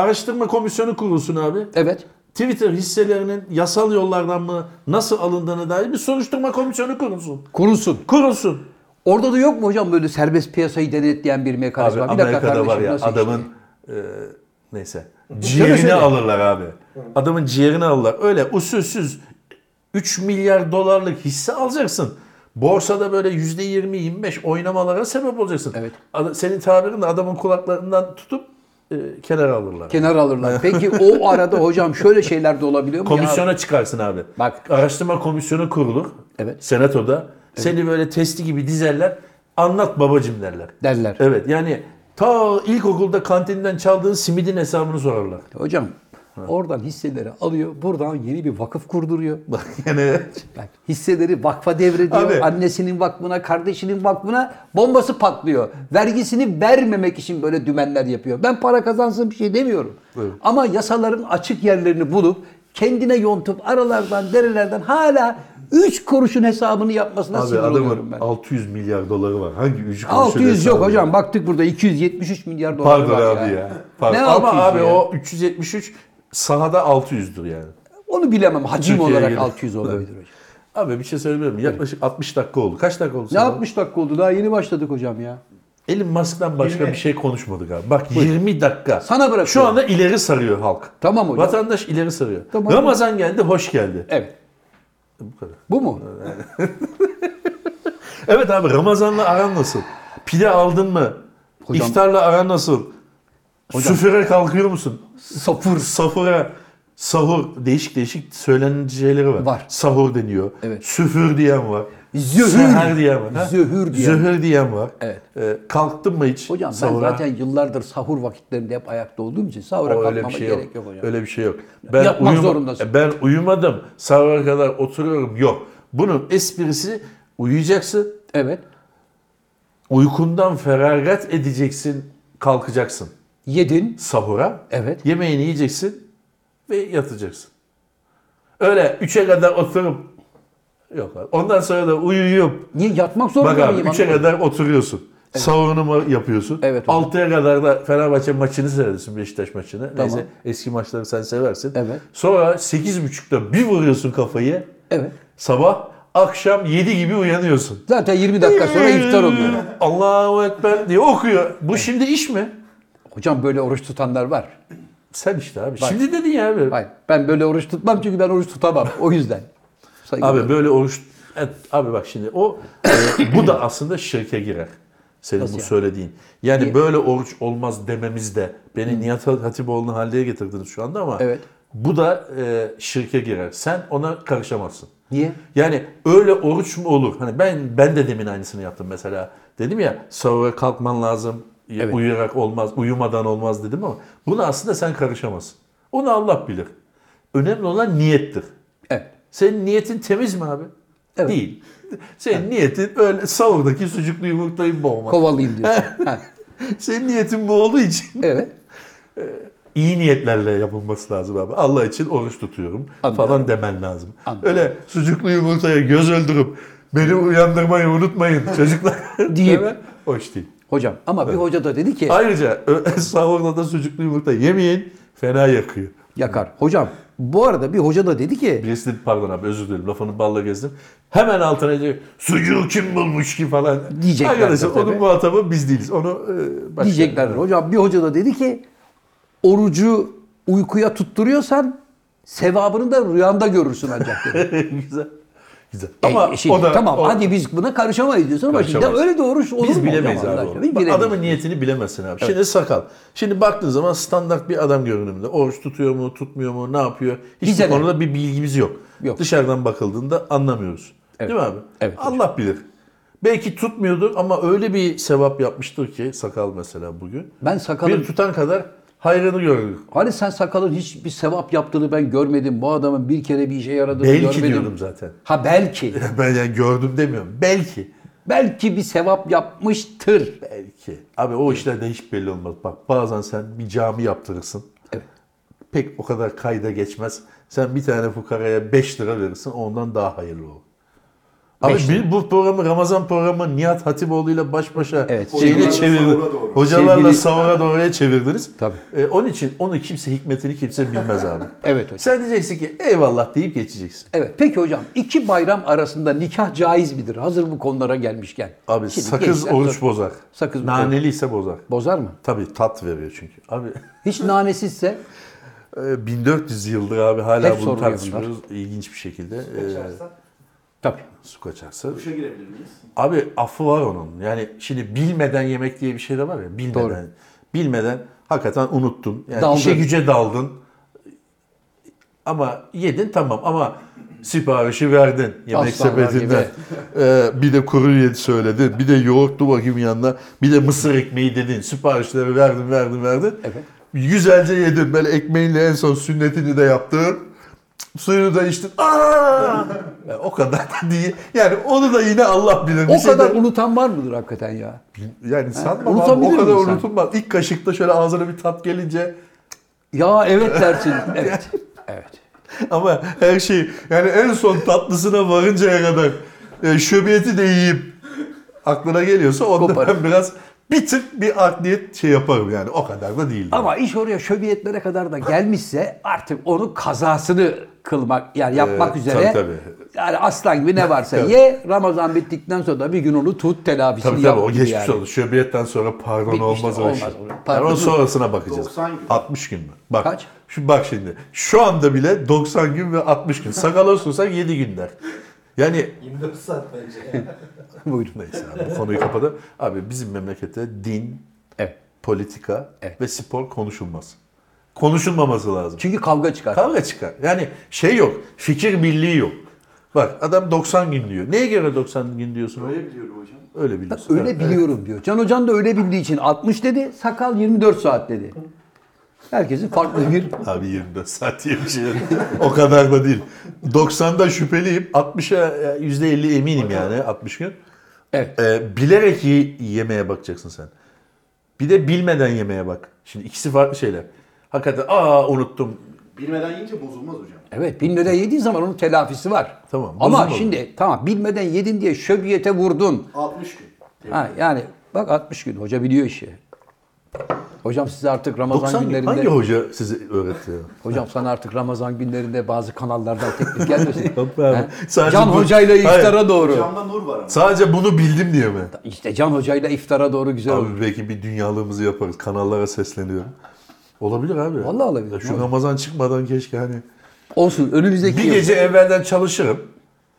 B: araştırma komisyonu kurulsun abi.
A: Evet.
B: Twitter hisselerinin yasal yollardan mı nasıl alındığına dair bir soruşturma komisyonu kurulsun.
A: Kurulsun.
B: Kurulsun.
A: Orada da yok mu hocam böyle serbest piyasayı denetleyen bir mekanizma? bir
B: Amerika'da var ya
A: nasıl şey işte?
B: adamın e, neyse ciğerini alırlar abi. Adamın ciğerini alırlar. Öyle usulsüz 3 milyar dolarlık hisse alacaksın. Borsada böyle %20-25 oynamalara sebep olacaksın.
A: Evet.
B: Ad- Senin tabirinle adamın kulaklarından tutup e, kenara alırlar.
A: Kenara alırlar. Peki o arada hocam şöyle şeyler de olabiliyor mu? Ya,
B: Komisyona çıkarsın abi.
A: Bak.
B: Araştırma komisyonu kurulur.
A: Evet.
B: Senatoda. Seni böyle testi gibi dizerler. Anlat babacım derler.
A: derler.
B: Evet yani ta ilkokulda kantinden çaldığın simidin hesabını sorarlar.
A: Hocam oradan hisseleri alıyor. Buradan yeni bir vakıf kurduruyor.
B: Bak yani
A: Bak, hisseleri vakfa devrediyor.
B: Abi.
A: Annesinin vakfına, kardeşinin vakfına bombası patlıyor. Vergisini vermemek için böyle dümenler yapıyor. Ben para kazansın bir şey demiyorum. Ama yasaların açık yerlerini bulup kendine yontup aralardan, derelerden hala 3 kuruşun hesabını yapmasına
B: abi
A: sinir oluyorum
B: adamın
A: ben.
B: 600 milyar doları var. Hangi üç kuruşu
A: 600
B: hesabı
A: yok
B: ya?
A: hocam. Baktık burada 273 milyar dolar
B: Pardon
A: var
B: abi ya. Pardon.
A: Ne
B: Ama
A: 600
B: abi
A: ya?
B: o 373 sahada 600'dür yani.
A: Onu bilemem. Hacim
B: Türkiye'ye
A: olarak
B: göre.
A: 600 olabilir hocam.
B: Abi bir şey söyleyebilir miyim? Yaklaşık 60 dakika oldu. Kaç dakika oldu?
A: Ne
B: sana?
A: 60 dakika oldu? Daha yeni başladık hocam ya.
B: Elon Musk'tan başka
C: 20.
B: bir şey konuşmadık abi. Bak 20 dakika.
A: Sana bırakıyorum.
B: Şu anda ileri sarıyor halk.
A: Tamam hocam.
B: Vatandaş ileri sarıyor.
A: Tamam.
B: Ramazan geldi, hoş geldi.
A: Evet.
B: Bu kadar.
A: Bu mu?
B: Evet abi Ramazan'la aran nasıl? Pide aldın mı?
A: Hocam-
B: İftarla aran nasıl? Süfre kalkıyor musun?
A: Sapur.
B: Safura, sahur değişik değişik söylenen şeyleri var.
A: Var.
B: Sahur deniyor.
A: Evet.
B: Süfür diyen var.
A: Zühür.
B: Seher diyen var. ha?
A: Zühür diyen.
B: Zühür diyen var.
A: Evet.
B: Ee, kalktın mı hiç
A: Hocam
B: sahura?
A: ben zaten yıllardır sahur vakitlerinde hep ayakta olduğum için sahura
B: O
A: kalkmama
B: öyle bir şey
A: gerek
B: yok.
A: yok, hocam.
B: Öyle bir şey yok. Ben
A: Yapmak
B: uyuma- e,
A: zorundasın.
B: Ben uyumadım. Sabah kadar oturuyorum. Yok. Bunun esprisi uyuyacaksın.
A: Evet.
B: Uykundan feragat edeceksin. Kalkacaksın
A: Yedin.
B: sahura.
A: Evet.
B: Yemeğini yiyeceksin ve yatacaksın. Öyle üçe kadar oturup yok. abi. Ondan sonra da uyuyup
A: Niye yatmak
B: bak
A: zorunda
B: abi
A: mıyım?
B: üçe
A: anlamadım.
B: kadar oturuyorsun. Sahurunu mu yapıyorsun?
A: Evet hocam.
B: Altıya kadar da Fenerbahçe maçını seyrediyorsun Beşiktaş maçını. Neyse eski maçları sen seversin.
A: Evet.
B: Sonra sekiz buçukta bir vuruyorsun kafayı.
A: Evet.
B: Sabah akşam yedi gibi uyanıyorsun.
A: Zaten 20 dakika sonra iftar oluyor.
B: Allahu Ekber diye okuyor. Bu şimdi iş mi?
A: Hocam böyle oruç tutanlar var.
B: Sen işte abi. Şimdi dedin ya abi.
A: Hayır. Ben böyle oruç tutmam çünkü ben oruç tutamam. O yüzden. saygı
B: Abi
A: duyarım.
B: böyle oruç... Evet, abi bak şimdi o e, bu da aslında şirke girer. Senin
A: Nasıl
B: bu
A: yani?
B: söylediğin. Yani
A: Niye?
B: böyle oruç olmaz dememiz de beni Nihat Hatipoğlu'nu haldeye getirdiniz şu anda ama
A: Evet.
B: bu da e, şirke girer. Sen ona karışamazsın.
A: Niye?
B: Yani öyle oruç mu olur? Hani ben ben de demin aynısını yaptım mesela. Dedim ya sahura kalkman lazım. Ya
A: Evet.
B: Uyuyarak olmaz, uyumadan olmaz dedim ama bunu aslında sen karışamazsın. Onu Allah bilir. Önemli olan niyettir.
A: Evet.
B: Senin niyetin temiz mi abi?
A: Evet.
B: Değil. Senin niyetin öyle sahurdaki sucuklu yumurtayı boğmak.
A: Kovalayayım diyorsun. Ha,
B: Senin niyetin bu olduğu için
A: evet.
B: iyi niyetlerle yapılması lazım abi. Allah için oruç tutuyorum
A: Anlıyorum.
B: falan demen lazım.
A: Anlıyorum.
B: Öyle sucuklu yumurtaya göz öldürüp beni uyandırmayı unutmayın çocuklar
A: Deyip.
B: deme hoş değil.
A: Hocam ama bir hoca da dedi ki
B: Ayrıca ö- sahurda da sucuklu yumurta yemeyin fena yakıyor.
A: yakar. Hocam bu arada bir hoca da dedi ki
B: Birisi dedi pardon abi özür dilerim lafını balla gezdim. Hemen altına diyor sucuğu kim bulmuş ki falan.
A: Diyecekler
B: Arkadaşlar
A: tabii.
B: onun muhatabı biz değiliz. Onu e, başka-
A: diyecekler. Hocam bir hoca da dedi ki orucu uykuya tutturuyorsan sevabını da rüyanda görürsün ancak dedi.
B: Güzel. Güzel.
A: E,
B: Ama
A: şimdi
B: o da
A: tamam
B: o-
A: hadi biz buna karışamayız diyorsun ama şimdi
B: Karışamayız.
A: öyle de oruç olur mu
B: Biz
A: hocam
B: bilemeyiz
A: Allah
B: abi
A: aşkına?
B: onu.
A: Biz
B: Bak,
A: bilemeyiz.
B: Adamın niyetini bilemezsin abi. Şimdi sakal. Şimdi baktığın zaman standart bir adam görünümde. Oruç tutuyor mu, tutmuyor mu, ne yapıyor? Hiçbir
A: Bize ne?
B: konuda bir bilgimiz yok.
A: Yok.
B: Dışarıdan bakıldığında anlamıyoruz.
A: Evet.
B: Değil mi abi?
A: Evet, hocam.
B: Allah bilir. Belki tutmuyordur ama öyle bir sevap yapmıştır ki sakal mesela bugün.
A: Ben sakalın
B: Bir tutan kadar hayrını görür.
A: Hani sen sakalın hiçbir sevap yaptığını ben görmedim. Bu adamın bir kere bir işe yaradığını
B: Belki
A: görmedim.
B: diyorum zaten.
A: Ha belki.
B: Ben yani gördüm demiyorum. Belki.
A: belki bir sevap yapmıştır.
B: Belki. Abi o işlerde hiç belli olmaz. Bak bazen sen bir cami yaptırırsın.
A: Evet.
B: Pek o kadar kayda geçmez. Sen bir tane fukaraya 5 lira verirsin ondan daha hayırlı olur. Abi
A: Beş
B: bir, bu programı Ramazan programı Nihat Hatipoğlu ile baş başa
A: Evet.
B: şeyle
C: Hocalarla
B: çevirdiniz.
C: sahura doğru.
B: Hocalarla
A: Sevgili-
B: sahura doğruya çevirdiniz.
A: Tabii.
B: E, onun için onu kimse hikmetini kimse bilmez abi.
A: Evet hocam.
B: Sen diyeceksin ki eyvallah deyip geçeceksin.
A: Evet. Peki hocam iki bayram arasında nikah caiz midir? Hazır bu konulara gelmişken.
B: Abi
A: Şimdi
B: sakız
A: gençler-
B: oruç bozar.
A: Sakız-
B: Naneli ise bozar.
A: Bozar mı?
B: Tabii tat veriyor çünkü. Abi
A: Hiç nanesizse
B: Ee, 1400 yıldır abi hala
A: Hep
B: bunu
A: soruluyor
B: tartışmıyoruz ilginç bir şekilde. Ee,
C: Kaçarsa
A: tabii.
B: su kaçarsa.
C: duşa girebilir miyiz?
B: Abi affı var onun. Yani şimdi bilmeden yemek diye bir şey de var ya. Bilmeden.
A: Doğru.
B: Bilmeden hakikaten unuttun. Yani
A: Daldın.
B: işe güce daldın. Ama yedin tamam ama siparişi verdin yemek
A: Aslanlar
B: sepetinden. Ee, bir de kuru yet söyledin. Bir de yoğurtlu bakayım yanına. Bir de mısır ekmeği dedin. Siparişleri verdin verdin verdin.
A: Evet.
B: Güzelce yedin. Böyle ekmeğinle en son sünnetini de yaptın. Suyunu da içtin. Aa! Ya o kadar da değil. Yani onu da yine Allah bilir. Bir
A: O
B: şey de-
A: kadar unutan var mıdır hakikaten ya?
B: yani sanmam abi,
A: unutabilir
B: o kadar
A: insan.
B: unutulmaz. İlk kaşıkta şöyle ağzına bir tat gelince
A: Ya evet dersin. Evet. Evet.
B: ama her şey yani en son tatlısına varıncaya kadar e, şöbiyeti de yiyip aklına geliyorsa onda
A: Koparır.
B: ben biraz bir tık bir art niyet şey yaparım yani o kadar da değil.
A: Ama iş oraya şöbiyetlere kadar da gelmişse artık onun kazasını kılmak yani yapmak
B: Ee,
A: üzere
B: tabii, tabii.
A: yani aslan gibi ne varsa ye Ramazan bittikten sonra da bir gün onu tut telafisini
B: Tabii
A: yap
B: tabii o
A: gibi
B: geçmiş
A: yani.
B: olur. Şöbiyetten sonra pardon
A: Bitmiştir,
B: olmaz o
A: olmaz,
B: iş.
A: olmaz.
B: Yani
A: Pardon.
B: onun sonrasına bakacağız.
C: 90 gün.
B: 60 gün mü? Bak.
A: Kaç?
B: Şu bak şimdi. Şu anda bile 90 gün ve 60 gün. Sakal olursa 7 günler. Yani
C: 24 saat bence.
A: Buyurun.
B: neyse abi bu konuyu kapatalım. Abi bizim memlekette din,
A: Evet.
B: politika
A: Evet.
B: ve spor konuşulmaz. Konuşulmaması lazım.
A: Çünkü kavga çıkar.
B: Kavga çıkar. Yani şey yok. Fikir birliği yok. Bak adam 90 gün diyor. Neye göre 90 gün diyorsun? Öyle,
C: Öyle biliyorum hocam.
B: biliyorsun.
A: öyle
B: Evet.
A: biliyorum diyor. Can Hocam da öyle bildiği için 60 dedi, sakal 24 saat dedi. Herkesin farklı bir
B: Abi 24 saat diye bir şey yok. O kadar da değil. 90'da şüpheliyim. 60'a %50 eminim yani 60 gün.
A: Evet.
B: Ee, bilerek y- yemeye bakacaksın sen. Bir de bilmeden yemeye bak. Şimdi ikisi farklı şeyler. Hakikaten aa unuttum.
D: Bilmeden yiyince bozulmaz hocam.
A: Evet bilmeden yediğin zaman onun telafisi var.
B: Tamam,
A: Ama
B: bozulmadı.
A: şimdi tamam bilmeden yedin diye şöbiyete vurdun.
D: 60 gün.
A: Ha, yani bak 60 gün hoca biliyor işi. Hocam siz artık Ramazan
B: 90 gün.
A: günlerinde...
B: Hangi hoca size öğretti? ya?
A: Hocam sana artık Ramazan günlerinde bazı kanallardan teklif gelmesin.
B: Yok be abi.
A: Ha?
B: Sadece
A: Can
B: bu-
A: hocayla
B: Hayır.
A: iftara doğru.
D: Camda nur var ama.
B: Sadece bunu bildim diye mi?
A: İşte Can hocayla iftara doğru güzel olur.
B: Abi belki bir dünyalığımızı yaparız. Kanallara sesleniyorum. Olabilir abi.
A: Vallahi olabilir.
B: Ya Şu
A: Olabilir.
B: Ramazan çıkmadan keşke hani
A: Olsun önümüzdeki
B: Bir
A: yıl.
B: gece evvelden çalışırım.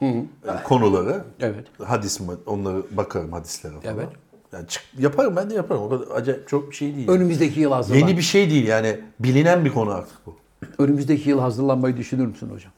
B: yani konuları.
A: Evet.
B: Hadis mi? Onları bakarım hadislere falan.
A: Evet.
B: Yani çık, yaparım ben de yaparım. O kadar acayip çok bir şey değil.
A: Önümüzdeki yıl hazırlan.
B: Yeni bir şey değil yani. Bilinen bir konu artık bu.
A: Önümüzdeki yıl hazırlanmayı düşünür müsün hocam?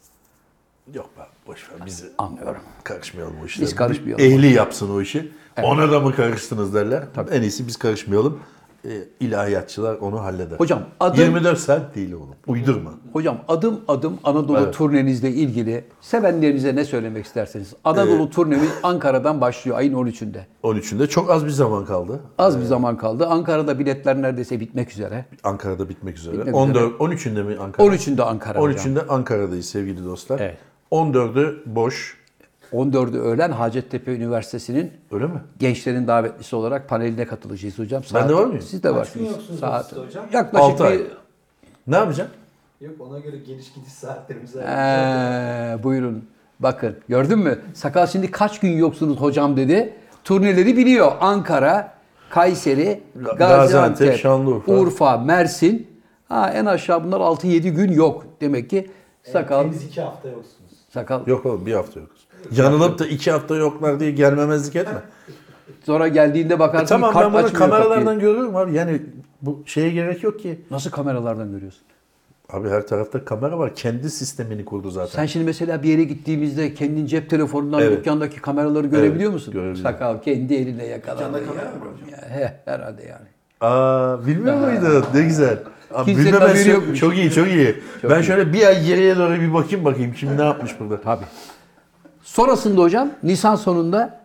B: Yok be boş ver bizi
A: Anlıyorum.
B: karışmayalım o işlere.
A: Biz karışmayalım.
B: Ehli yapsın o işi. Ona da mı karıştınız derler. En iyisi biz karışmayalım. E, ilahiyatçılar onu halleder.
A: Hocam, adım-
B: 24 saat değil oğlum. Uydurma.
A: Hocam adım adım Anadolu
B: Evet.
A: turnenizle ilgili sevenlerinize ne söylemek isterseniz. Anadolu
B: Ee,
A: turnemiz Ankara'dan başlıyor ayın 13'ünde.
B: 13'ünde çok az bir zaman kaldı.
A: Az bir zaman kaldı. Ankara'da biletler neredeyse bitmek üzere.
B: Ankara'da bitmek üzere.
A: Bitmek
B: 14 13'ünde mi Ankara?
A: 13'ünde Ankara hocam.
B: 13'ünde Ankara'dayız sevgili dostlar.
A: Evet.
B: 14'ü boş.
A: 14'ü öğlen Hacettepe Üniversitesi'nin
B: Öyle mi?
A: gençlerin davetlisi olarak paneline katılacağız hocam.
B: de var mıyım?
A: Siz de
C: gün
A: varsınız.
C: yoksunuz
A: Saat.
C: ofiste hocam?
A: Yaklaşık
B: Altı
A: bir...
B: ay. Ne yapacağım?
C: Yok ona göre geliş gidiş saatlerimizi ayıracağız.
A: Ee, buyurun. Bakın gördün mü? Sakal şimdi kaç gün yoksunuz hocam dedi. Turneleri biliyor. Ankara, Kayseri, Gaziantep,
B: Ga- Gaziantep, Şanlıurfa.
A: Urfa, Mersin. Ha, en aşağı bunlar 6-7 gün yok. Demek ki sakal,
C: Ee, Temiz iki hafta yoksunuz.
A: sakal
B: Yok oğlum bir hafta yokuz. Yanılıp da iki hafta yoklar diye gelmemezlik etme. E
A: sonra geldiğinde bakarsın ki
B: tamam
A: kart
B: ben bunu
A: açmıyor
B: kameralardan
A: kapıyı.
B: görüyorum abi. Yani bu şeye gerek yok ki.
A: Nasıl kameralardan görüyorsun?
B: Abi her tarafta kamera var. Kendi sistemini kurdu zaten.
A: Sen şimdi mesela bir yere gittiğimizde kendin cep telefonundan
B: Evet.
A: dükkandaki kameraları görebiliyor
B: Evet,
A: musun?
B: görebiliyorum.
A: Sakal kendi eline yakaladı.
D: Dükkanda kamera
A: ya.
D: mı var hocam?
A: Ya, he, herhalde yani.
B: Aa bilmiyor muydun? Ne güzel. Aa,
A: Kimsenin
B: bilmemesi-
A: haberi yokmuş.
B: Çok iyi çok iyi. ben şöyle bir ay geriye doğru bir bakayım bakayım. Kim ne yapmış burada?
A: Tabii. Sonrasında hocam Nisan sonunda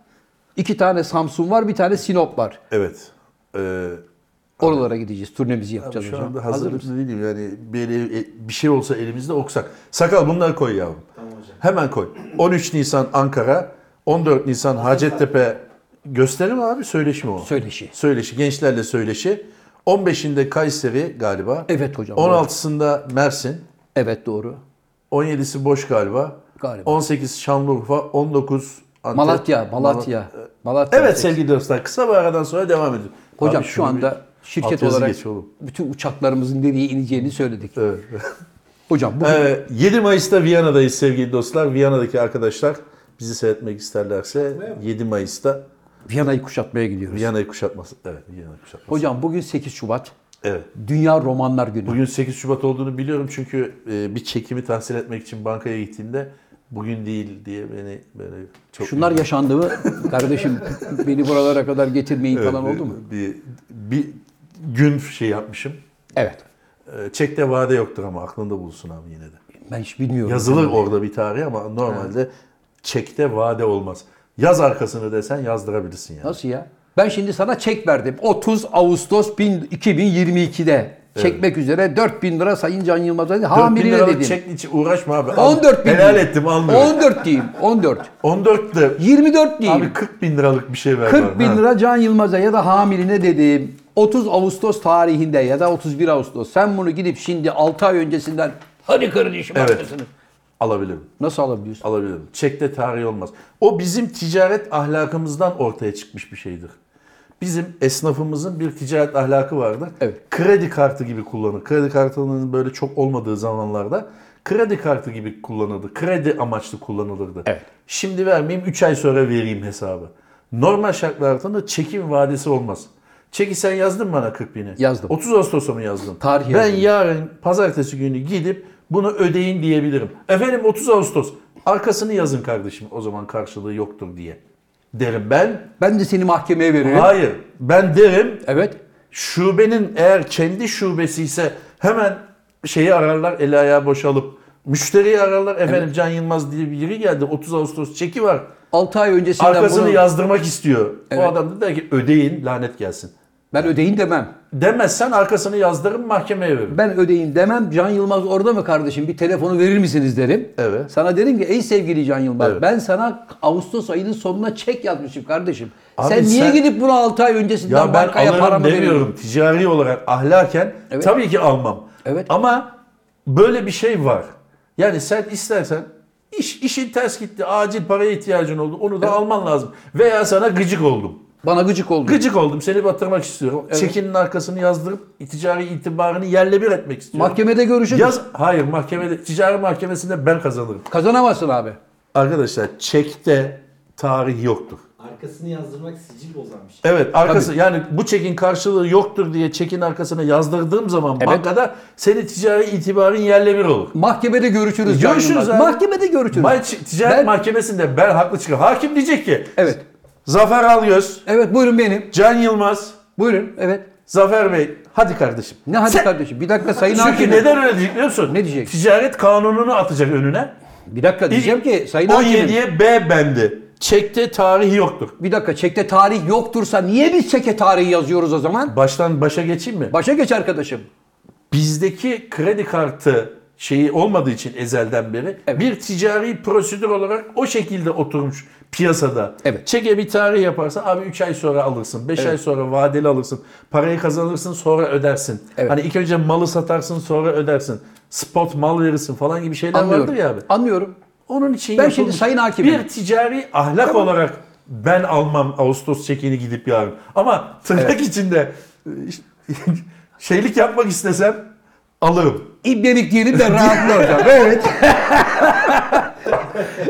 A: iki tane Samsun var, bir tane Sinop var.
B: Evet. Ee,
A: Oralara gideceğiz. Turnemizi yapacağız
B: şu
A: hocam.
B: anda
A: Hazır
B: hazırlıklı
A: mısın?
B: değilim yani bir, bir şey olsa elimizde oksak. Sakal bunları koy yavrum.
C: Tamam hocam.
B: Hemen koy. 13 Nisan Ankara, 14 Nisan Hacettepe gösteri mi abi söyleşi mi o?
A: Söyleşi.
B: Söyleşi, gençlerle söyleşi. 15'inde Kayseri galiba.
A: Evet hocam,
B: 16'sında Mersin.
A: Evet doğru.
B: 17'si boş galiba.
A: Galiba.
B: 18 Şanlıurfa, 19 Antep.
A: Malatya, Malatya. Malatya.
B: Evet sevgili dostlar kısa bir aradan sonra devam ediyoruz.
A: Hocam
B: Abi
A: şu
B: şunu
A: anda
B: bir
A: şirket
B: altyazı
A: olarak
B: geç oğlum.
A: bütün uçaklarımızın nereye ineceğini söyledik.
B: Evet.
A: Hocam bugün
B: Ee, 7 Mayıs'ta Viyana'dayız sevgili dostlar. Viyana'daki arkadaşlar bizi seyretmek isterlerse 7 Mayıs'ta
A: Viyana'yı kuşatmaya gidiyoruz.
B: Viyana'yı kuşatması. Evet, Viyana kuşatması.
A: Hocam bugün 8 Şubat.
B: Evet.
A: Dünya Romanlar Günü.
B: Bugün 8 Şubat olduğunu biliyorum çünkü e, bir çekimi tahsil etmek için bankaya gittiğimde bugün değil diye beni böyle çok
A: Şunlar yaşandı mı? Kardeşim beni buralara kadar getirmeyin
B: Evet,
A: falan
B: bir-
A: oldu mu?
B: Bir, bir gün şey yapmışım.
A: Evet.
B: E, çekte vade yoktur ama aklında bulsun abi yine de.
A: Ben hiç bilmiyorum.
B: Yazılır orada bir tarih ama normalde çekte vade olmaz. Yaz arkasını desen yazdırabilirsin yani.
A: Nasıl ya? Ben şimdi sana çek verdim. 30 Ağustos 1000 2022'de çekmek üzere 4000 lira Sayın Can Yılmaz dedi.
B: 4 bin
A: Hamile
B: liralık
A: dedim.
B: çek için uğraşma abi. Al.
A: 14 bin.
B: Helal
A: diyeyim.
B: ettim almıyorum.
A: 14 diyeyim. 14.
B: 14 de
A: 24 diyeyim.
B: abi 40 bin liralık bir şey ver.
A: 40
B: bana,
A: bin
B: ha.
A: lira Can Yılmaz'a ya da hamiline dedim. 30 Ağustos tarihinde ya da 31 Ağustos. Sen bunu gidip şimdi 6 ay öncesinden hadi kırın işi
B: Evet.
A: başlasınız.
B: Alabilirim.
A: Nasıl alabiliyorsun?
B: Alabilirim. Çekte tarih olmaz. O bizim ticaret ahlakımızdan ortaya çıkmış bir şeydir. Bizim esnafımızın bir ticaret ahlakı vardır.
A: Evet.
B: Kredi kartı gibi kullanır. Kredi kartının böyle çok olmadığı zamanlarda kredi kartı gibi kullanıldı. Kredi amaçlı kullanılırdı.
A: Evet.
B: Şimdi vermeyeyim 3 ay sonra vereyim hesabı. Normal şartlar altında çekim vadesi olmaz. Çeki sen yazdın bana 40 bini.
A: Yazdım.
B: 30 Ağustos'a mı yazdın?
A: Tarih
B: Ben
A: yazdım.
B: yarın pazartesi günü gidip bunu ödeyin diyebilirim. Efendim 30 Ağustos arkasını yazın kardeşim o zaman karşılığı yoktur diye. Derim ben.
A: Ben de seni mahkemeye veririm.
B: Hayır ben derim
A: Evet.
B: şubenin eğer kendi şubesi ise hemen şeyi ararlar eli ayağı boşalıp müşteriyi ararlar efendim Can Yılmaz diye biri geldi 30 Ağustos çeki var
A: 6 ay öncesinden
B: arkasını
A: bunu
B: yazdırmak istiyor.
A: Evet.
B: O adam da der ki ödeyin lanet gelsin.
A: ben ödeyin demem.
B: Demezsen arkasını yazdırın mahkemeye verin.
A: Ben ödeyin demem. Can Yılmaz orada mı kardeşim? Bir telefonu verir misiniz derim.
B: Evet.
A: Sana derim ki ey sevgili Can Yılmaz
B: Evet.
A: ben sana Ağustos ayının sonuna çek yazmışım kardeşim.
B: Abi
A: sen niye
B: sen-
A: gidip bunu 6 ay öncesinden
B: Ya ben
A: bankaya
B: alırım
A: paramı
B: demiyorum.
A: veriyorum?
B: Ticari olarak ahlaken
A: Evet.
B: tabii ki almam.
A: Evet.
B: Ama böyle bir şey var. Yani sen istersen iş işin ters gitti, acil paraya ihtiyacın oldu. Onu da alman lazım. Veya sana gıcık oldum.
A: Bana gıcık oldu.
B: Gıcık oldum. Seni batırmak istiyorum.
A: Evet.
B: Çekinin arkasını yazdırıp ticari itibarını yerle bir etmek istiyorum.
A: Mahkemede görüşürüz.
B: Yaz hayır mahkemede ticari mahkemesinde ben kazanırım.
A: Kazanamazsın abi.
B: Arkadaşlar çekte tarih yoktur.
C: Arkasını yazdırmak sicil bozan bir şey.
B: Evet arkası yani bu çekin karşılığı yoktur diye çekin arkasına yazdırdığım zaman
A: Evet.
B: bankada senin ticari itibarın yerle bir olur.
A: Mahkemede görüşürüz. canım
B: Görüşürüz
A: bak.
B: abi.
A: Mahkemede görüşürüz.
B: Bay- ticaret
A: Ben-
B: mahkemesinde ben haklı çıkıyorum. Hakim diyecek ki
A: Evet.
B: Zafer Algöz,
A: Evet buyurun benim.
B: Can Yılmaz,
A: Buyurun. Evet.
B: Zafer Bey hadi kardeşim.
A: Ne hadi
B: Sen-
A: kardeşim? Bir dakika Sayın
B: Çünkü
A: Hakim.
B: neden öyle diyecek biliyor musun?
A: Ne diyecek?
B: Ticaret kanununu atacak önüne.
A: Bir dakika diyeceğim ki Sayın Hakimim.
B: 17'ye B bendi. Çekte tarihi yoktur.
A: Bir dakika çekte tarih yoktursa niye biz çeke tarihi yazıyoruz o zaman?
B: Baştan başa geçeyim mi?
A: Başa geç arkadaşım.
B: bizdeki kredi kartı şeyi olmadığı için ezelden beri
A: Evet.
B: bir ticari prosedür olarak o şekilde oturmuş piyasada.
A: Evet.
B: Çeke bir tarih yaparsa abi 3 ay sonra alırsın, 5 ay sonra vadeli alırsın, parayı kazanırsın sonra ödersin.
A: Evet.
B: Hani ilk önce malı satarsın sonra ödersin. Spot mal verirsin falan gibi şeyler
A: Anlıyorum.
B: vardır ya abi.
A: Anlıyorum.
B: Onun için
A: Ben
B: yapılmış
A: şimdi Sayın Hakimim.
B: Bir ticari ahlak olarak ben almam Ağustos çekini gidip yarın. Ama tırnak içinde e, şeylik yapmak istesem alırım.
A: İbnelik diyelim de rahatla hocam. Evet.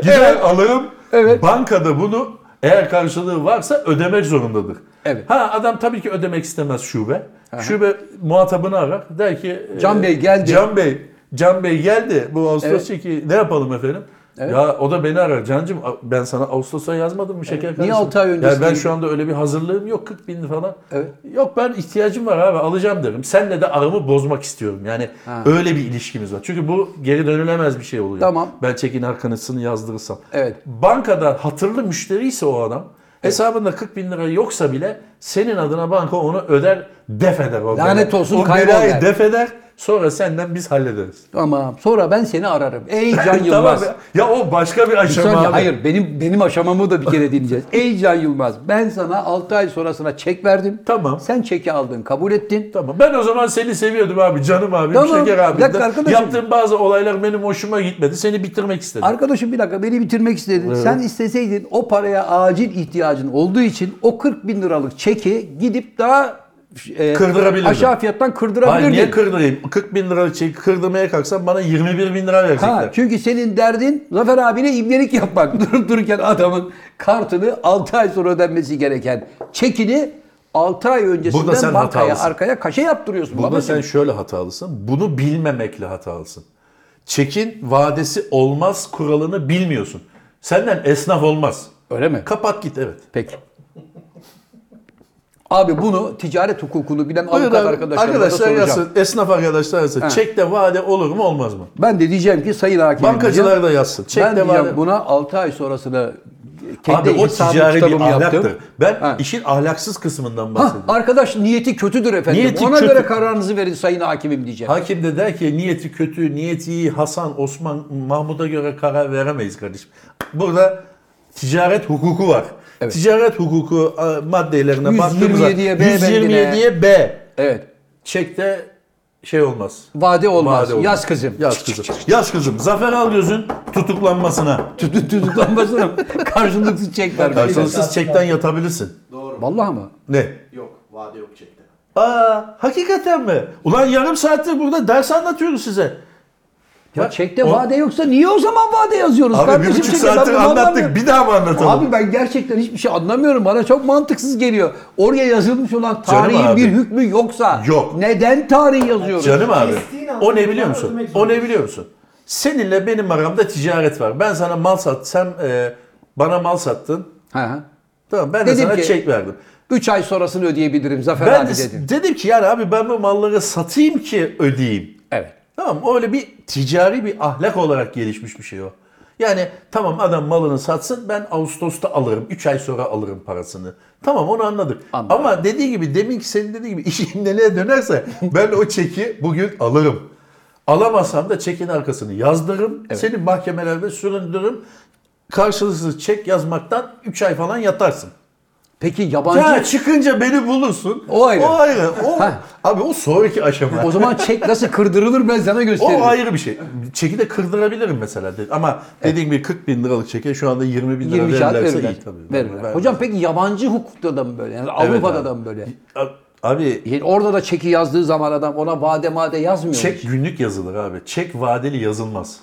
B: Gider alırım.
A: Evet.
B: Bankada bunu eğer karşılığı varsa ödemek zorundadır.
A: Evet.
B: Ha adam tabii ki ödemek istemez şube. Şube muhatabını arar. Der ki
A: Can
B: e,
A: Bey geldi.
B: Can Bey Can Bey geldi. Bu Ağustos
A: Evet.
B: çeki ne yapalım efendim?
A: Evet.
B: Ya o da beni arar. Cancım ben sana Ağustos'a yazmadım mı şeker kardeşim?
A: altı ay öncesi
B: Ya ben
A: değil?
B: şu anda öyle bir hazırlığım yok 40 bin falan.
A: Evet.
B: Yok ben ihtiyacım var abi alacağım derim. Senle de aramı bozmak istiyorum. Yani
A: Ha.
B: öyle bir ilişkimiz var. Çünkü bu geri dönülemez bir şey oluyor.
A: Tamam.
B: Ben çekin arkanısını yazdırırsam.
A: Evet.
B: Bankadan hatırlı müşteri ise o adam hesabında 40 bin lira yoksa bile senin adına banka onu öder def eder. O
A: Lanet
B: belayı.
A: olsun,
B: o
A: kaybol
B: belayı
A: der.
B: def eder sonra senden biz hallederiz.
A: Tamam. Sonra ben seni ararım. Ey Can
B: Tamam
A: Yılmaz.
B: ya. ya o başka bir
A: Bir
B: aşama
A: sonraki-
B: abi.
A: hayır benim benim aşamamı da bir kere dinleyeceğiz. Ey Can Yılmaz ben sana 6 ay sonrasına çek verdim.
B: Tamam.
A: Sen çeki aldın kabul ettin.
B: Tamam. Ben o zaman seni seviyordum abi. Canım abim,
A: Tamam.
B: şeker
A: Bir dakika
B: abim. de.
A: arkadaşım.
B: Yaptığım bazı olaylar benim hoşuma gitmedi. Seni bitirmek istedim.
A: Arkadaşım bir dakika beni bitirmek istedin. Sen isteseydin o paraya acil ihtiyacın olduğu için o 40 bin liralık çeki gidip daha e,
B: Kırdırabilirdin.
A: aşağı fiyattan
B: Hayır
A: kırdırabilirdin.
B: niye kırdırayım? 40 bin lira şey kırdırmaya kalksam bana 21 bin lira verecekler.
A: Ha, çünkü senin derdin Zafer abiyle ibnelik yapmak. Durup dururken adamın kartını 6 ay sonra ödenmesi gereken çekini 6 ay öncesinden
B: Burada sen
A: bankaya
B: hatalısın.
A: arkaya kaşe yaptırıyorsun.
B: Burada
A: babacığım.
B: sen şöyle hatalısın. Bunu bilmemekle hatalısın. Çekin vadesi olmaz kuralını bilmiyorsun. Senden esnaf olmaz.
A: Öyle mi?
B: Kapat git evet.
A: Peki. Abi bunu ticaret hukukunu bilen
B: Buyurun
A: avukat
B: abi.
A: arkadaşlara da
B: arkadaşlar
A: soracağım.
B: yazsın. Esnaf arkadaşlar yazsın. Çekte vade olur mu olmaz mı?
A: Ben de diyeceğim ki sayın hakim.
B: Bankacılar da yazsın. Çekte
A: ben diyeceğim
B: vade.
A: buna 6 ay sonrasını kendi
B: Abi o
A: hesabı
B: ticari bir
A: kitabımı
B: ahlaktır.
A: yaptım.
B: Ben
A: Ha.
B: işin ahlaksız kısmından
A: Hah,
B: bahsediyorum.
A: arkadaş niyeti kötüdür efendim.
B: Niyeti
A: Ona
B: kötü.
A: göre kararınızı verin sayın hakimim diyeceğim.
B: Hakim de der ki niyeti kötü, niyeti iyi Hasan, Osman, Mahmud'a göre karar veremeyiz kardeşim. Burada ticaret hukuku var.
A: Evet.
B: Ticaret hukuku a, maddelerine
A: 127'ye
B: baktığımızda
A: B bendine.
B: 127'ye B.
A: Evet.
B: Çekte şey olmaz.
A: Vade olmaz.
B: Vade olmaz.
A: Yaz kızım.
B: Yaz kızım. Yaz kızım. Zafer Algöz'ün tutuklanmasına.
A: Tü- Tutuklanmasına karşılıksız çek vermesi.
C: Karşılıksız.
B: Karşılıksız çekten yatabilirsin.
D: Doğru.
A: Vallahi mı?
B: Ne?
D: Yok. Vade yok çekte.
B: Aa hakikaten mi? Ulan yarım saattir burada ders anlatıyoruz size.
A: Ya
B: Bak,
A: çekte
B: o-
A: vade yoksa niye o zaman vade yazıyoruz?
B: Abi
A: kardeşim?
B: bir buçuk
A: Çünkü ben
B: saattir
A: bunu anlamıyorum.
B: anlattık. Bir daha mı anlatalım?
A: Abi ben gerçekten hiçbir şey anlamıyorum. Bana çok mantıksız geliyor. Oraya yazılmış olan
B: Canım
A: tarihin
B: abi.
A: bir hükmü yoksa
B: Yok.
A: neden tarih yazıyoruz?
B: Canım abi.
C: Kestiğin
B: O
C: anda
B: ne
C: bunlar
B: biliyor musun?
C: ödemek
B: O
C: zorundasın.
B: ne biliyor musun? Seninle benim aramda ticaret var. Ben sana mal sat, sen e, bana mal sattın.
A: Hı hı.
B: Tamam ben de
A: Dedim
B: sana
A: ki,
B: çek verdim.
A: 3 ay sonrasını ödeyebilirim Zafer
B: Ben
A: abi
B: de
A: dedim.
B: dedim. ki yani abi ben bu malları satayım ki ödeyeyim.
A: Evet.
B: Tamam mı? öyle bir ticari bir ahlak olarak gelişmiş bir şey o. Yani tamam adam malını satsın ben Ağustos'ta alırım. 3 ay sonra alırım parasını. Tamam onu anladık.
A: Anladım.
B: Ama dediği gibi demin ki senin dediğin gibi iş imleliğe dönerse ben o çeki bugün alırım. Alamasam da çekin arkasını yazdırırım. Seni mahkemelerde süründürürüm. Karşılıksız çek yazmaktan 3 ay falan yatarsın.
A: Peki yabancı
B: Ya çıkınca beni bulursun.
A: O ayrı.
B: O ayrı. O,
A: Ha.
B: abi o sonraki aşama.
A: o zaman çek nasıl kırdırılır ben sana gösteririm.
B: O ayrı bir şey. Çeki de kırdırabilirim mesela. De- Ama dediğim gibi 40 bin liralık çeke şu anda 20 bin lira
A: 20 kağıt
B: verirlerse
A: verirler.
B: iyi tabii.
A: verirler.
B: Ver-
A: Hocam peki yabancı hukukta da mı böyle? Yani
B: Evet
A: Avrupa'da
B: abi.
A: da mı böyle?
B: A- Abi
A: Yani orada da çeki yazdığı zaman adam ona vade made yazmıyor mu?
B: çek günlük yazılır abi. Çek vadeli yazılmaz.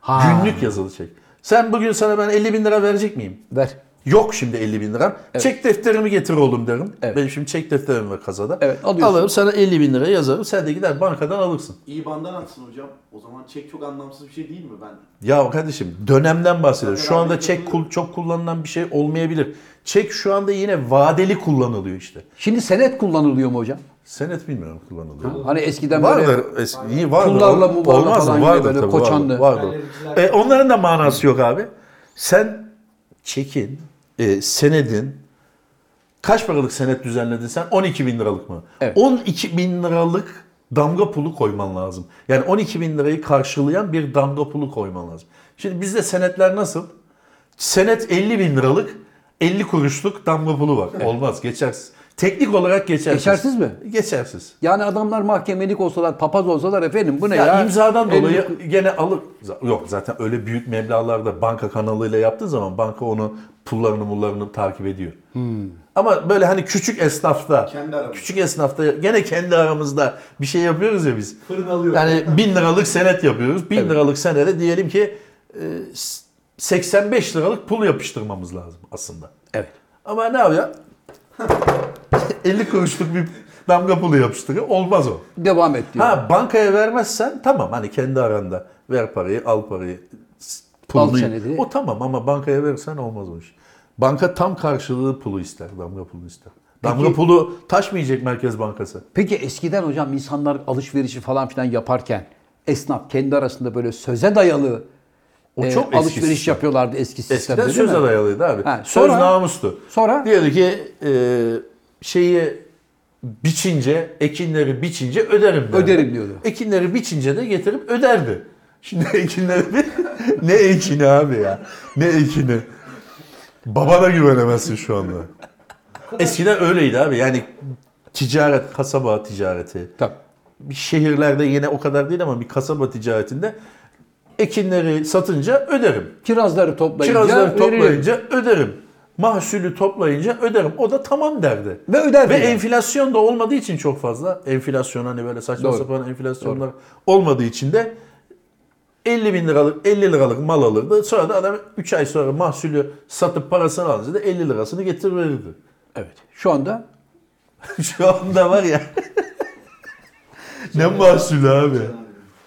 A: Ha.
B: Günlük yazılı çek. Sen bugün sana ben 50 bin lira verecek miyim?
A: Ver.
B: Yok şimdi 50 bin liram. Çek defterimi getir oğlum derim.
A: Evet.
B: Benim şimdi çek defterim var kasada.
A: Evet, alıyorsun.
B: Alırım sana 50 bin lira yazarım. Sen de gider bankadan alırsın.
D: İBAN'dan atsın hocam. O zaman çek çok anlamsız bir şey değil mi? Ben
B: Ya kardeşim dönemden bahsediyorum. Şu anda
D: Dönemden
B: çek
D: yapılıyor.
B: kul- çok kullanılan bir şey olmayabilir. Çek şu anda yine vadeli kullanılıyor işte.
A: Şimdi senet kullanılıyor mu hocam?
B: Senet bilmiyorum kullanılıyor.
A: Hani eskiden böyle
B: Vardır eski iyi vardır.
A: Pullarla,
B: Ol-
A: mularla
B: olmaz mı?
A: falan gibi
B: Vardır
A: böyle
B: tabii,
A: koçanlı.
B: vardır, vardır.
C: Galericiler-
B: E, onların da manası yok abi. Sen çekin, e, senedin, kaç paralık senet düzenledin sen? 12 bin liralık mı?
A: Evet.
B: 12 bin liralık damga pulu koyman lazım. Yani 12 bin lirayı karşılayan bir damga pulu koyman lazım. Şimdi bizde senetler nasıl? Senet 50 bin liralık 50 kuruşluk damga pulu var. Olmaz geçersiz. Teknik olarak geçersiz.
A: Geçersiz mi?
B: Geçersiz.
A: yani adamlar mahkemelik olsalar, papaz olsalar efendim bu ne ya?
B: Ya, imzadan
A: Elli-
B: dolayı gene alıp yok zaten öyle büyük meblağlarda banka kanalıyla yaptığı zaman banka onu pullarını mullarını takip ediyor. Ama böyle hani küçük esnafta
D: Hmm. Kendi aramızda.
B: küçük esnafta gene kendi aramızda bir şey yapıyoruz ya biz.
C: Fırın alıyor.
B: Yani bin liralık senet yapıyoruz. Bin
A: Evet.
B: liralık senede diyelim ki e, s- 85 liralık pul yapıştırmamız lazım aslında.
A: Evet.
B: Ama ne yapıyor? 50 kuruşluk bir damga pulu yapıştırıyor. Olmaz o.
A: Devam et diyor.
B: Ha bankaya vermezsen tamam hani kendi aranda ver parayı al parayı s-
A: Al
B: pulunu.
A: senedi.
B: O tamam ama bankaya verirsen olmaz o iş. Banka tam karşılığı pulu ister damga pulunu ister. Damga
A: Peki-
B: pulu taşmayacak Merkez Bankası.
A: Peki eskiden hocam insanlar alışverişi falan filan yaparken esnaf kendi arasında böyle söze dayalı
B: O
A: e,
B: çok
A: alışveriş
B: alışveriş
A: yapıyorlardı eski sistemde
B: Eskiden
A: değil
B: söze
A: mi?
B: dayalıydı abi.
A: Ha,
B: Söz
A: sonra-
B: namustu.
A: Sonra
B: Diyordu ki e, şeyi biçince, ekinleri biçince öderim. derdi.
A: Öderim diyordu.
B: Ekinleri biçince de getirip öderdi. Şimdi ekinleri bir... ne ekini abi ya? Ne ekini? Babana güvenemezsin şu anda. Eskiden öyleydi abi. Yani ticaret, kasaba ticareti.
A: Tabii.
B: Bir şehirlerde yine o kadar değil ama bir kasaba ticaretinde ekinleri satınca öderim.
A: kirazları toplayınca
B: Kirazları
A: veririm.
B: toplayınca öderim. Mahsulü toplayınca öderim. O da tamam derdi.
A: ve öder.
B: Ve
A: yani.
B: enflasyon da olmadığı için çok fazla. Enflasyon hani böyle saçma
A: Doğru.
B: sapan enflasyonlar olmadığı için de 50 bin liralık 50 liralık mal alırdı. Sonra da adam 3 ay sonra mahsulü satıp parasını alınca da 50 lirasını getirirdi.
A: Evet. Şu anda
B: Şu anda var ya. ne mahsulü abi?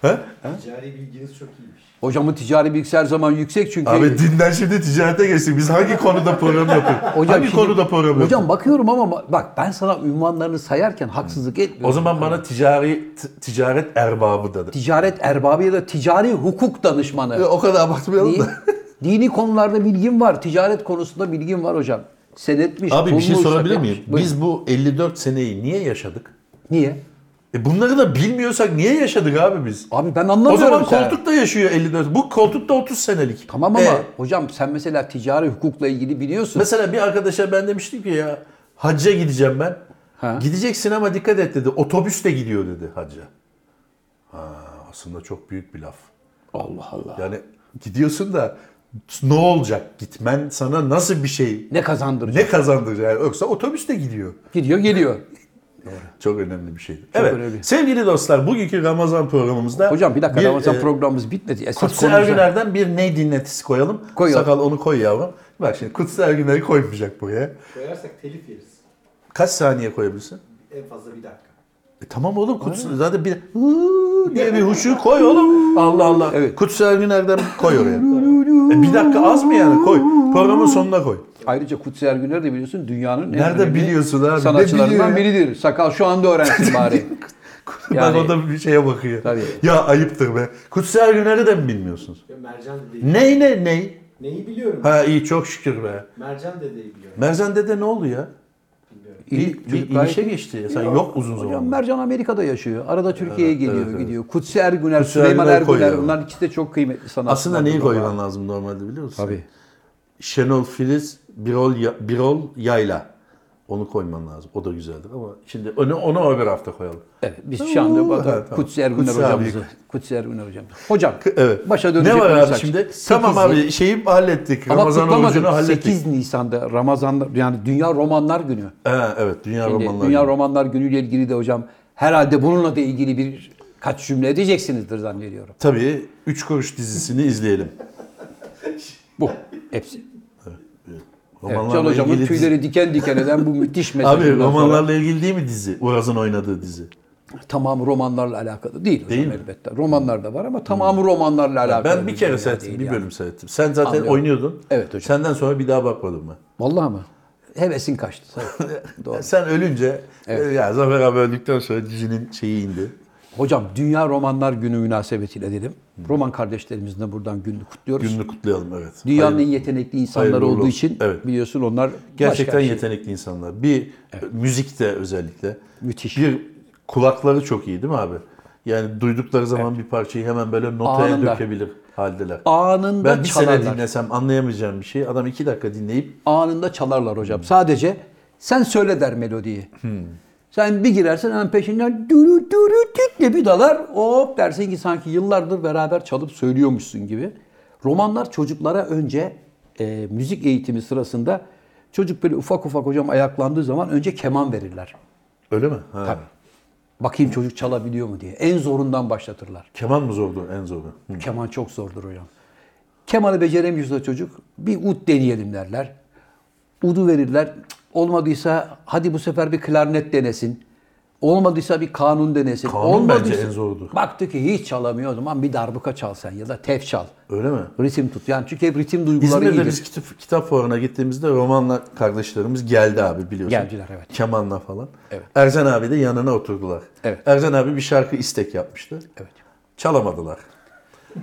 B: He?
C: Ticari bilginiz çok iyiymiş.
A: hocamın ticari bilgisi her zaman yüksek çünkü.
B: Abi dinden şimdi ticarete geçtik. Biz hangi konuda program yapıyoruz?
A: Hocam
B: hangi
A: şimdi-
B: konuda program yapıyoruz?
A: Hocam bakıyorum ama bak ben sana ünvanlarını sayarken haksızlık etmiyorum.
B: o zaman bana ticari t- ticaret erbabı dedi.
A: ticaret erbabı ya da ticari hukuk danışmanı.
B: O kadar abartmayalım
A: Dini,
B: da.
A: dini konularda bilgim var. Ticaret konusunda bilgim var hocam. Senetmiş.
B: Abi bir şey
A: bulmuş,
B: sorabilir
A: yapmış.
B: miyim?
A: Buyurun.
B: Biz bu 54 seneyi niye yaşadık?
A: Niye?
B: E bunları da bilmiyorsak niye yaşadık abi biz?
A: Abi ben
B: O
A: anlamıyorum.
B: zaman
A: sen.
B: koltukta yaşıyor 54. Bu koltukta 30 senelik.
A: Tamam ama
B: E,
A: hocam sen mesela ticari hukukla ilgili biliyorsun.
B: mesela bir arkadaşa ben demiştim ki ya hacca gideceğim ben.
A: Ha.
B: Gideceksin ama dikkat et dedi. Otobüsle gidiyor dedi hacca. Ha, aslında çok büyük bir laf.
A: Allah Allah.
B: Yani gidiyorsun da ne olacak? Gitmen sana nasıl bir şey?
A: Ne kazandıracak?
B: Ne kazandıracak? Yani yoksa otobüsle gidiyor.
A: Gidiyor geliyor.
B: Çok önemli bir şeydi. evet.
A: önemli.
B: Sevgili dostlar bugünkü Ramazan programımızda
A: Hocam bir dakika Ramazan
B: e,
A: programımız bitmedi. Esas
B: Kutsi
A: konumuza-
B: Ergüner'den bir ne dinletisi koyalım.
A: Koyalım.
B: Sakal onu koy yavrum. Bak şimdi Kutsi Ergüner'i koymayacak buraya.
C: Koyarsak telif yeriz.
B: Kaç saniye koyabilirsin?
C: En fazla bir dakika.
B: E tamam oğlum Kutsi zaten bir "Hıı" diye bir huşu koy oğlum. Allah Allah.
A: Evet.
B: Kutsi Ergüner'den koy oraya. E bir dakika az mı yani? Koy. Programın sonuna koy.
A: Ayrıca Kutsi Ergüner de biliyorsun dünyanın en
B: Nerede
A: önemli
B: biliyorsun abi? Ne biliyor
A: sanatçılarından
B: ya?
A: biridir. Sakal şu anda öğrensin bari. Yani-
B: Bak o da bir şeye bakıyor.
A: Tabii.
B: Ya ayıptır be. Kutsi Ergüner'i de mi bilmiyorsunuz?
C: Ya Mercan dedeyi.
B: Ney ne ney?
C: Neyi biliyorum?
B: Ha iyi çok şükür be.
C: Mercan dedeyi biliyorum.
B: Merzen dede ne oldu ya?
C: Bilmiyorum.
B: Bir, bir
A: Çocuk gayet-
B: inişe geçti. Sen yok, uzun zamandır.
A: Hocam Mercan Amerika'da yaşıyor. Arada Türkiye'ye
B: Evet,
A: geliyor,
B: evet,
A: gidiyor. Kutsi Ergüner,
B: Kutsi
A: Süleyman
B: Ergüner
A: Ergüner,
B: koyuyor.
A: bunlar ikisi de çok kıymetli sanatçılar.
B: Aslında neyi
A: Baba.
B: koyman lazım normalde biliyor musun?
A: Tabii.
B: Şenol Filiz, Birol, Ya- Birol Yayla. Onu koyman lazım. O da güzeldir ama şimdi onu, onu öbür hafta koyalım.
A: Evet, biz şu anda
B: Oo,
A: bak-
B: evet, tamam.
A: Kutsi Ergüner
B: Kutsi
A: hocamızı.
B: abi.
A: Kutsi Ergüner hocam. Hocam,
B: Evet.
A: başa dönecek
B: ne var abi
A: olursak-
B: şimdi?
A: Sekiz
B: Tamam
A: yıl-
B: abi şeyi hallettik.
A: Ama
B: Ramazan orucunu
A: kutlamadık.
B: hallettik.
A: 8 Nisan'da Ramazan'da yani Dünya Romanlar Günü.
B: Ha, evet Dünya
A: Şimdi
B: Romanlar
A: Dünya
B: Günü.
A: Romanlar Günü ile ilgili de hocam herhalde bununla da ilgili bir kaç cümle edeceksinizdir zannediyorum.
B: Tabii 3 kuruş dizisini izleyelim.
A: Bu. Hepsi. Evet,
B: Romanlarla
A: Can Hocam'ın
B: ilgili dizi-
A: tüyleri diken diken eden bu müthiş mesaj.
B: Abi romanlarla ilgili değil mi dizi? Uraz'ın oynadığı dizi.
A: Tamamı romanlarla alakalı değil.
B: Değil
A: Değil
B: mi?
A: elbette. Romanlar da var ama tamamı romanlarla alakalı.
B: Ben bir kere
A: dünya
B: seyrettim,
A: değil
B: bir
A: yani.
B: bölüm seyrettim. Sen zaten
A: Anlıyorum.
B: oynuyordun.
A: Evet hocam.
B: Senden sonra bir daha bakmadım ben.
A: Vallahi mı? Hevesin kaçtı. Doğru.
B: Sen ölünce, e, ya Zafer abi öldükten sonra dizinin şeyi indi.
A: Hocam Dünya Romanlar Günü münasebetiyle dedim. Roman kardeşlerimizin de buradan gününü kutluyoruz.
B: Gününü kutlayalım evet.
A: Dünyanın
B: Hayırlı-
A: en yetenekli insanları
B: Hayırlı uğurlu
A: olduğu
B: olsun.
A: için
B: Evet.
A: biliyorsun onlar
B: Gerçekten
A: başka bir şey.
B: yetenekli insanlar. Bir müzikte özellikle.
A: Müthiş.
B: Bir kulakları çok iyi değil mi abi? Yani duydukları zaman bir parçayı hemen böyle notaya
A: Anında.
B: dökebilir haldeler.
A: Anında
B: ben bir sene
A: çalarlar.
B: dinlesem anlayamayacağım bir şeyi adam iki dakika dinleyip
A: Anında çalarlar hocam. Sadece sen söyle der melodiyi. Sen bir girersin hemen peşinden dürü dürü düt diye bir dalar. Hop dersin ki sanki yıllardır beraber çalıp söylüyormuşsun gibi. Romanlar çocuklara önce e, müzik eğitimi sırasında çocuk böyle ufak ufak hocam ayaklandığı zaman önce keman verirler.
B: öyle mi? Ha.
A: Tabii. Bakayım çocuk çalabiliyor mu diye. En zorundan başlatırlar.
B: Keman mı zordu en zoru? Hı.
A: Keman çok zordur hocam. Kemanı beceremiyorsa çocuk bir ud deneyelim derler. Udu verirler. Cık, Olmadıysa hadi bu sefer bir klarnet denesin. Olmadıysa bir kanun denesin.
B: Kanun
A: Olmadıysa,
B: bence en zordu.
A: Baktı ki hiç çalamıyor o zaman bir darbuka çal sen ya da tef çal.
B: Öyle mi?
A: Ritim tut. Yani çünkü hep ritim duyguları
B: İzmir'de
A: iyidir.
B: biz kitap, kitap fuarına gittiğimizde romanla kardeşlerimiz geldi abi biliyorsun.
A: Geldiler, evet.
B: Kemanla falan.
A: Evet.
B: Erzen abi de yanına oturdular.
A: Evet.
B: Erzen abi bir şarkı istek yapmıştı.
A: Evet.
B: Çalamadılar.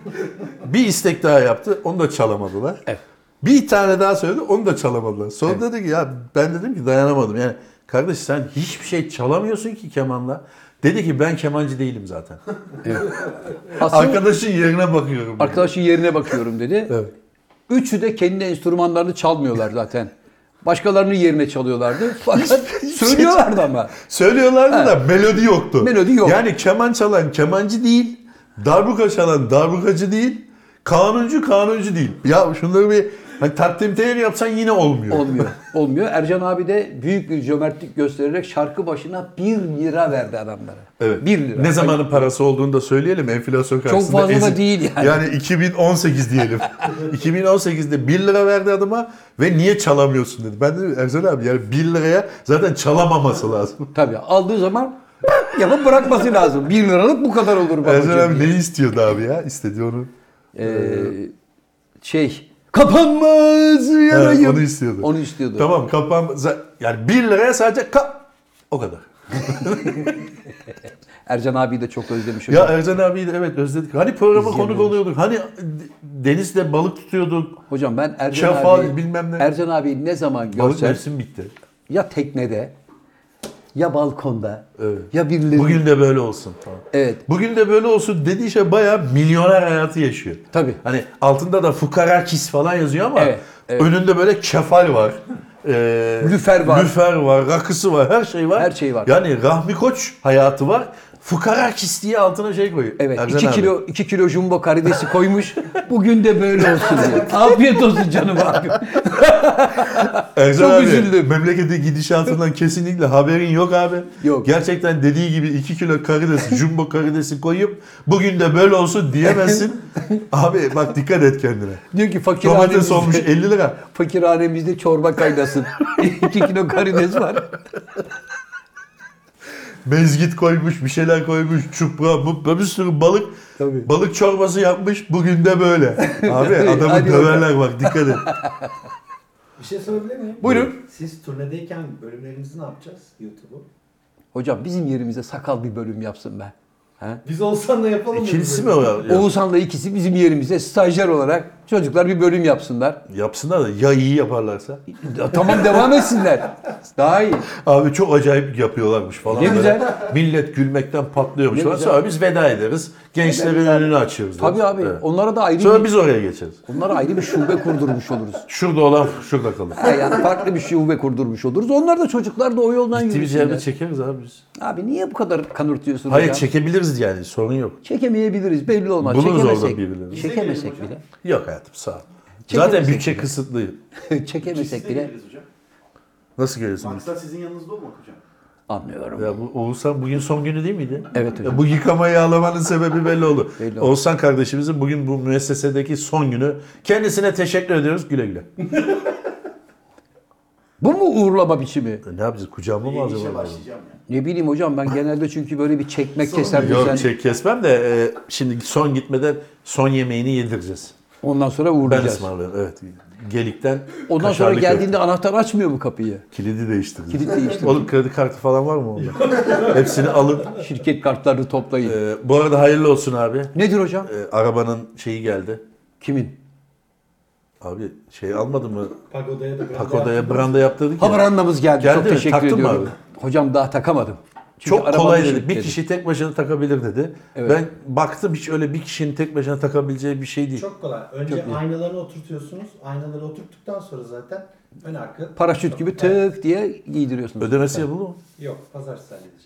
B: bir istek daha yaptı. Onu da çalamadılar.
A: Evet.
B: Bir tane daha söyledi. Onu da çalamadılar. Sonra dedi ki ya ben dedim ki dayanamadım. Yani kardeş sen hiçbir şey çalamıyorsun ki kemanla. Dedi ki ben kemancı değilim zaten.
A: Asıl
B: Arkadaşın yerine bakıyorum. dedi.
A: arkadaşın yerine bakıyorum dedi.
B: Evet.
A: Üçü de kendi enstrümanlarını çalmıyorlar zaten. Başkalarının yerine çalıyorlardı. Fakat
B: şey
A: söylüyorlardı ama.
B: Söylüyorlardı da melodi yoktu.
A: Melodi yok.
B: Yani keman çalan kemancı değil, darbuka çalan darbukacı değil, kanuncu kanuncu değil. Ya şunları bir hani takdim tehir yapsan yine olmuyor.
A: Olmuyor. Olmuyor. Ercan abi de büyük bir cömertlik göstererek şarkı başına 1 lira verdi adamlara.
B: Evet.
A: 1 lira.
B: Ne zamanın parası olduğunu da söyleyelim enflasyon karşısında.
A: fazla da
B: ezik.
A: değil yani.
B: Yani 2018 diyelim. 2018'de 1 lira verdi adama ve niye çalamıyorsun dedi. Ben dedim Erzen abi yani 1 liraya zaten çalamaması lazım.
A: Tabii aldığı zaman yapıp bırakması lazım. 1 liralık bu kadar olur
B: Erzen
A: babacığım.
B: abi ne istiyordu abi ya? İstediği onu.
A: Ee, şey kapanmaz yarayım.
B: Evet, onu istiyordu.
A: Onu istiyordu.
B: Tamam kapan za- yani 1 liraya sadece kap o kadar.
A: Ercan abi de çok özlemişim.
B: Ya Ercan abiyi de evet özledik. Hani programa konuk oluyorduk. Hani denizde balık tutuyorduk.
A: Hocam ben Ercan
B: Şafak,
A: abi
B: bilmem ne.
A: Ercan abi ne zaman
B: Balık
A: görsem
B: mevsim bitti.
A: ya teknede ya balkonda
B: Evet.
A: ya birileri
B: Bugün de böyle olsun. Tamam.
A: evet
B: Bugün de böyle olsun dediği şey bayağı milyoner hayatı yaşıyor.
A: Tabii.
B: Hani altında da fukara kis falan yazıyor ama
A: Evet, evet.
B: önünde böyle kefal var. Ee,
A: Lüfer var.
B: Lüfer var, rakısı var, her şey var.
A: Her şey var.
B: Yani Rahmi Koç hayatı var. Fukara kis diye altına şey koyuyor.
A: Evet,
B: Ercan
A: 2
B: abi.
A: kilo 2 kilo jumbo karidesi koymuş. Bugün de böyle olsun diye. Afiyet olsun canım abi.
B: Ercan
A: Çok
B: abi,
A: üzüldüm.
B: Memlekete gidişatından kesinlikle haberin yok abi.
A: Yok.
B: Gerçekten dediği gibi 2 kilo karides, jumbo karidesi koyup bugün de böyle olsun diyemezsin. abi bak dikkat et kendine.
A: Diyor ki fakir
B: Domates olmuş 50 lira.
A: fakirhanemizde çorba kaynasın. 2 kilo karides var.
B: Mezgit koymuş, bir şeyler koymuş, çupra, mupra, bir sürü balık.
A: Tabii.
B: Balık çorbası yapmış, bugün de böyle. Abi adamı
A: Hadi
B: döverler bak dikkat et.
C: Bir şey sorabilir miyim?
A: Buyurun.
C: Siz turnedeyken bölümlerinizi ne yapacağız YouTube'u?
A: Hocam bizim yerimize sakal bir bölüm yapsın be. Ha?
C: Biz olsan da yapalım.
B: İkincisi E, mi
C: bölümleri?
B: o? ya?
A: Oğuzhan'la ikisi bizim yerimize stajyer olarak çocuklar bir bölüm yapsınlar.
B: Yapsınlar da ya iyi yaparlarsa.
A: tamam devam etsinler. Daha iyi.
B: Abi çok acayip yapıyorlarmış falan.
A: Ne
B: Böyle
A: güzel.
B: Millet gülmekten patlıyormuş
A: Ne
B: falan.
A: güzel.
B: Sonra biz veda ederiz. Gençlerin önünü açıyoruz.
A: Tabii abi.
B: Evet.
A: Onlara da ayrı
B: Sonra
A: bir,
B: biz oraya geçeriz.
A: onlara ayrı bir şube kurdurmuş oluruz.
B: Şurada olan şurada kalır.
A: Ha, yani farklı bir şube kurdurmuş oluruz. Onlar da çocuklar da o yoldan
B: Gittiğimiz
A: yürüsünler.
B: yerde çekeriz abi biz.
A: Abi niye bu kadar kanırtıyorsun
B: Hayır
A: hocam?
B: çekebiliriz yani sorun yok.
A: Çekemeyebiliriz belli olmaz.
B: Buluruz
A: Çekemesek,
B: orada birbirimizi.
A: Çekemesek bile.
B: Yok hayatım sağ ol.
A: Çekeriz
B: Zaten bütçe
A: çekeriz.
B: kısıtlı.
A: çekemesek
D: Siz de
A: bile.
D: geliriz hocam.
B: Nasıl görüyorsunuz?
D: Maksat sizin yanınızda olmak hocam.
A: Anlıyorum.
B: Ya bu Oğuzhan bugün son günü değil miydi?
A: Evet hocam.
B: Ya bu yıkamayı ağlamanın sebebi belli oldu.
A: Belli oldu.
B: Oğuzhan kardeşimizin bugün bu müessesedeki son günü. Kendisine teşekkür ediyoruz. Güle güle.
A: Bu mu uğurlama biçimi?
B: E, ne yapacağız? Kucağıma mı
D: Yeni işe
B: alacağım?
D: başlayacağım ya.
A: Ne bileyim hocam ben genelde çünkü böyle bir çekmek keser düzen.
B: Yok çek kesmem de e, şimdi son gitmeden son yemeğini yedireceğiz.
A: Ondan sonra
B: Ben
A: uğurlayacağız.
B: ısmarlıyorum. Evet. Gelikten
A: Ondan sonra
B: kaşarlı
A: geldiğinde anahtar açmıyor bu kapıyı.
B: köfte. kilidi değiştireceğiz.
A: Kilit değiştireceğiz.
B: Oğlum kredi kartı falan var mı onda? Hepsini alıp
A: Şirket kartlarını toplayın.
B: e, bu arada hayırlı olsun abi.
A: Nedir hocam?
B: E, arabanın şeyi geldi.
A: Kimin?
B: Abi şey almadı mı?
C: Pagoda'ya da biraz
B: Pakoda'ya branda yaptırdık ya.
A: Haberandamız geldi.
B: Geldi
A: Çok
B: mi?
A: teşekkür
B: Taktın mı
A: ediyorum. Hocam daha takamadım. Çünkü
B: Çok
A: arabamı
B: kolay dedi.
A: sürükledim.
B: Bir kişi tek başına takabilir dedi.
A: Evet.
B: Ben baktım hiç öyle bir kişinin tek başına takabileceği bir şey değil.
C: Çok kolay. Önce aynaları oturtuyorsunuz. Aynaları oturttuktan sonra zaten ön arka...
A: Paraşüt gibi tık diye giydiriyorsunuz.
B: Ödemesi yapıldı mı?
C: Yok pazartesi halledeceğiz.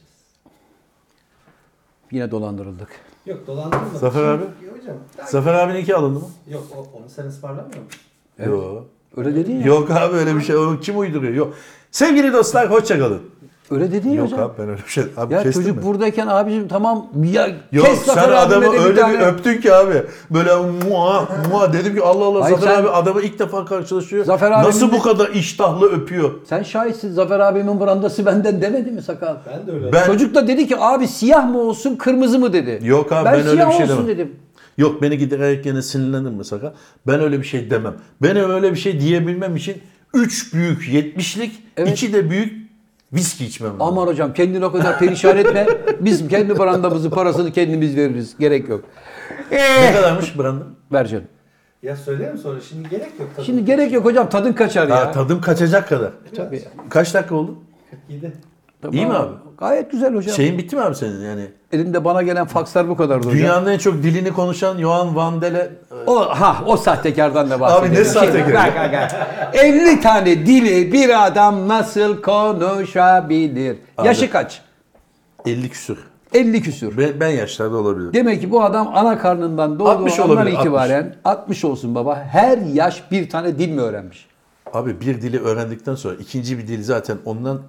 A: Yine dolandırıldık.
C: Yok dolandırma.
B: Zafer abi?
C: Yok hocam.
B: Zafer abininki alındı mı?
C: Yok o- onu sen ısmarlamıyor musun?
A: Evet.
B: Yok.
A: Öyle dedin ya.
B: Yok abi öyle bir şey. Onu kim uyduruyor? Yok. Sevgili dostlar hoşça kalın.
A: Öyle dedin ya
B: Yok
A: hocam.
B: abi ben öyle bir şey. Abi
A: Ya
B: kestin
A: çocuk
B: mi?
A: buradayken abicim tamam ya
B: Yok
A: kes Zafer
B: sen adamı
A: abime de
B: öyle bir
A: tane-
B: öptün ki abi. Böyle mua mua dedim ki Allah Allah
A: Hayır,
B: Zafer
A: sen-
B: abi adamı ilk defa karşılaşıyor.
A: Zafer abinin-
B: Nasıl bu kadar iştahlı öpüyor?
A: Sen şahitsin Zafer abimin brandası benden demedi mi sakal?
C: Ben de öyle.
B: Ben-
A: Çocuk da dedi ki abi siyah mı olsun kırmızı mı dedi.
B: Yok abi, ben öyle
A: siyah
B: bir şey
A: olsun
B: demem.
A: dedim.
B: Yok beni giderek yine sinirlendin mi Saka? Ben öyle bir şey demem. Ben öyle bir şey diyebilmem için 3 büyük 70'lik,
A: Evet.
B: 2 de büyük viski içmem lazım.
A: Aman hocam kendini o kadar perişan etme. Biz kendi brandamızın parasını kendimiz veririz. Gerek yok.
B: Ne kadarmış Brandon?
A: Ver canım.
C: Ya söylerim sonra şimdi gerek yok tabii.
A: Şimdi gerek yok hocam tadın kaçar ya.
B: Ha, tadım kaçacak kadar.
A: Tabii.
B: Kaç dakika oldu?
C: 47.
A: Tamam.
B: İyi mi abi? Şey-
A: Gayet güzel hocam.
B: Şeyin bitti mi abi senin yani?
A: Elimde bana gelen fakslar bu kadardı hocam.
B: Dünyanın en çok dilini konuşan Johan Van Dele
A: O ha o sahtekardan da bahsediyorum.
B: Abi ne sahtekar?
A: Bak, bak, bak. 50 tane dili bir adam nasıl konuşabilir?
B: Abi.
A: Yaşı kaç?
B: 50 e, küsür.
A: 50 küsür.
B: Ben, ben yaşlarda olabilirim.
A: Demek ki bu adam ana karnından doğduğu
B: 60
A: andan
B: olabilir,
A: itibaren 60. olsun baba. Her yaş bir tane dil mi öğrenmiş?
B: Abi bir dili öğrendikten sonra ikinci bir dil zaten ondan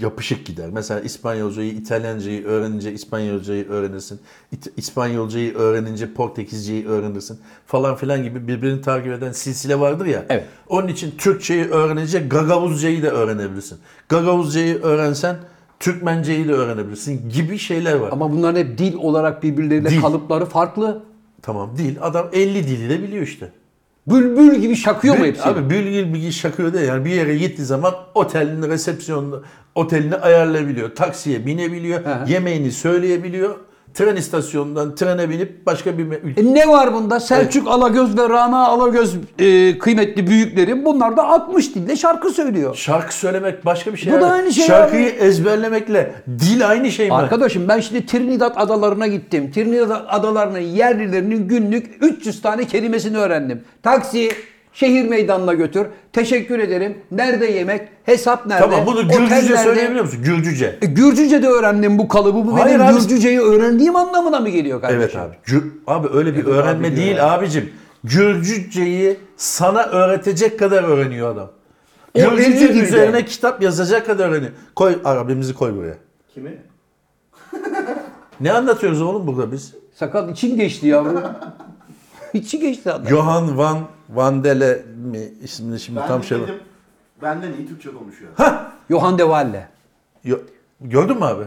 B: yapışık gider. Mesela İspanyolcayı, İtalyancayı öğrenince İspanyolcayı öğrenirsin. İt- İspanyolcayı öğrenince Portekizceyi öğrenirsin. Falan filan gibi birbirini takip eden silsile vardır ya.
A: Evet.
B: Onun için Türkçeyi öğrenecek Gagavuzcayı da öğrenebilirsin. Gagavuzcayı öğrensen Türkmenceyi de öğrenebilirsin gibi şeyler var.
A: Ama bunların hep dil olarak birbirleriyle
B: Dil.
A: kalıpları farklı.
B: Tamam değil. Adam 50 dili de biliyor işte.
A: Bülbül gibi şakıyor mu
B: Bil-
A: hepsi?
B: Abi bilgi bilgi şakıyor değil. Yani bir yere gittiği zaman otelin resepsiyonunu otelini ayarlayabiliyor. Taksiye binebiliyor.
A: He.
B: Yemeğini söyleyebiliyor. Tren istasyonundan trene binip başka bir me- ülke.
A: E ne var bunda? Selçuk Alagöz ve Rana Alagöz e, kıymetli büyüklerim. Bunlar da 60 dille şarkı söylüyor.
B: Şarkı söylemek başka bir şey.
A: Bu da
B: abi.
A: aynı şey
B: Şarkıyı ezberlemekle dil aynı şey mi?
A: Arkadaşım ben şimdi Trinidad adalarına gittim. Trinidad adalarının yerlilerinin günlük 300 tane kelimesini öğrendim. Taksi şehir meydanına götür. Teşekkür ederim. Nerede yemek? Hesap nerede?
B: tamam bunu
A: Otel
B: Gürcüce
A: nerede?
B: söyleyebiliyor musun? Gürcüce.
A: E, Gürcüce de öğrendim bu kalıbı. Bu
B: Hayır
A: benim
B: abi.
A: Gürcüceyi öğrendiğim anlamına mı geliyor kardeşim?
B: Evet abi. Gür- abi öyle bir öğrenme
C: abi diyor
B: değil abicim. Gürcüceyi sana öğretecek kadar öğreniyor adam.
A: O
B: Gürcüce
A: elli dilde.
B: üzerine kitap yazacak kadar öğreniyor. Koy Arabimizi koy buraya.
D: Kimi?
B: Ne anlatıyoruz oğlum burada biz?
A: Sakal için geçti yavrum. İçi geçti adam.
B: Johan Van Van Dele mi ismini şimdi
D: Ben
B: tam
D: de
B: şey.
D: dedim, benden iyi Türkçe konuşuyor.
A: Johan de Valle.
B: Yo- Gördün mü abi?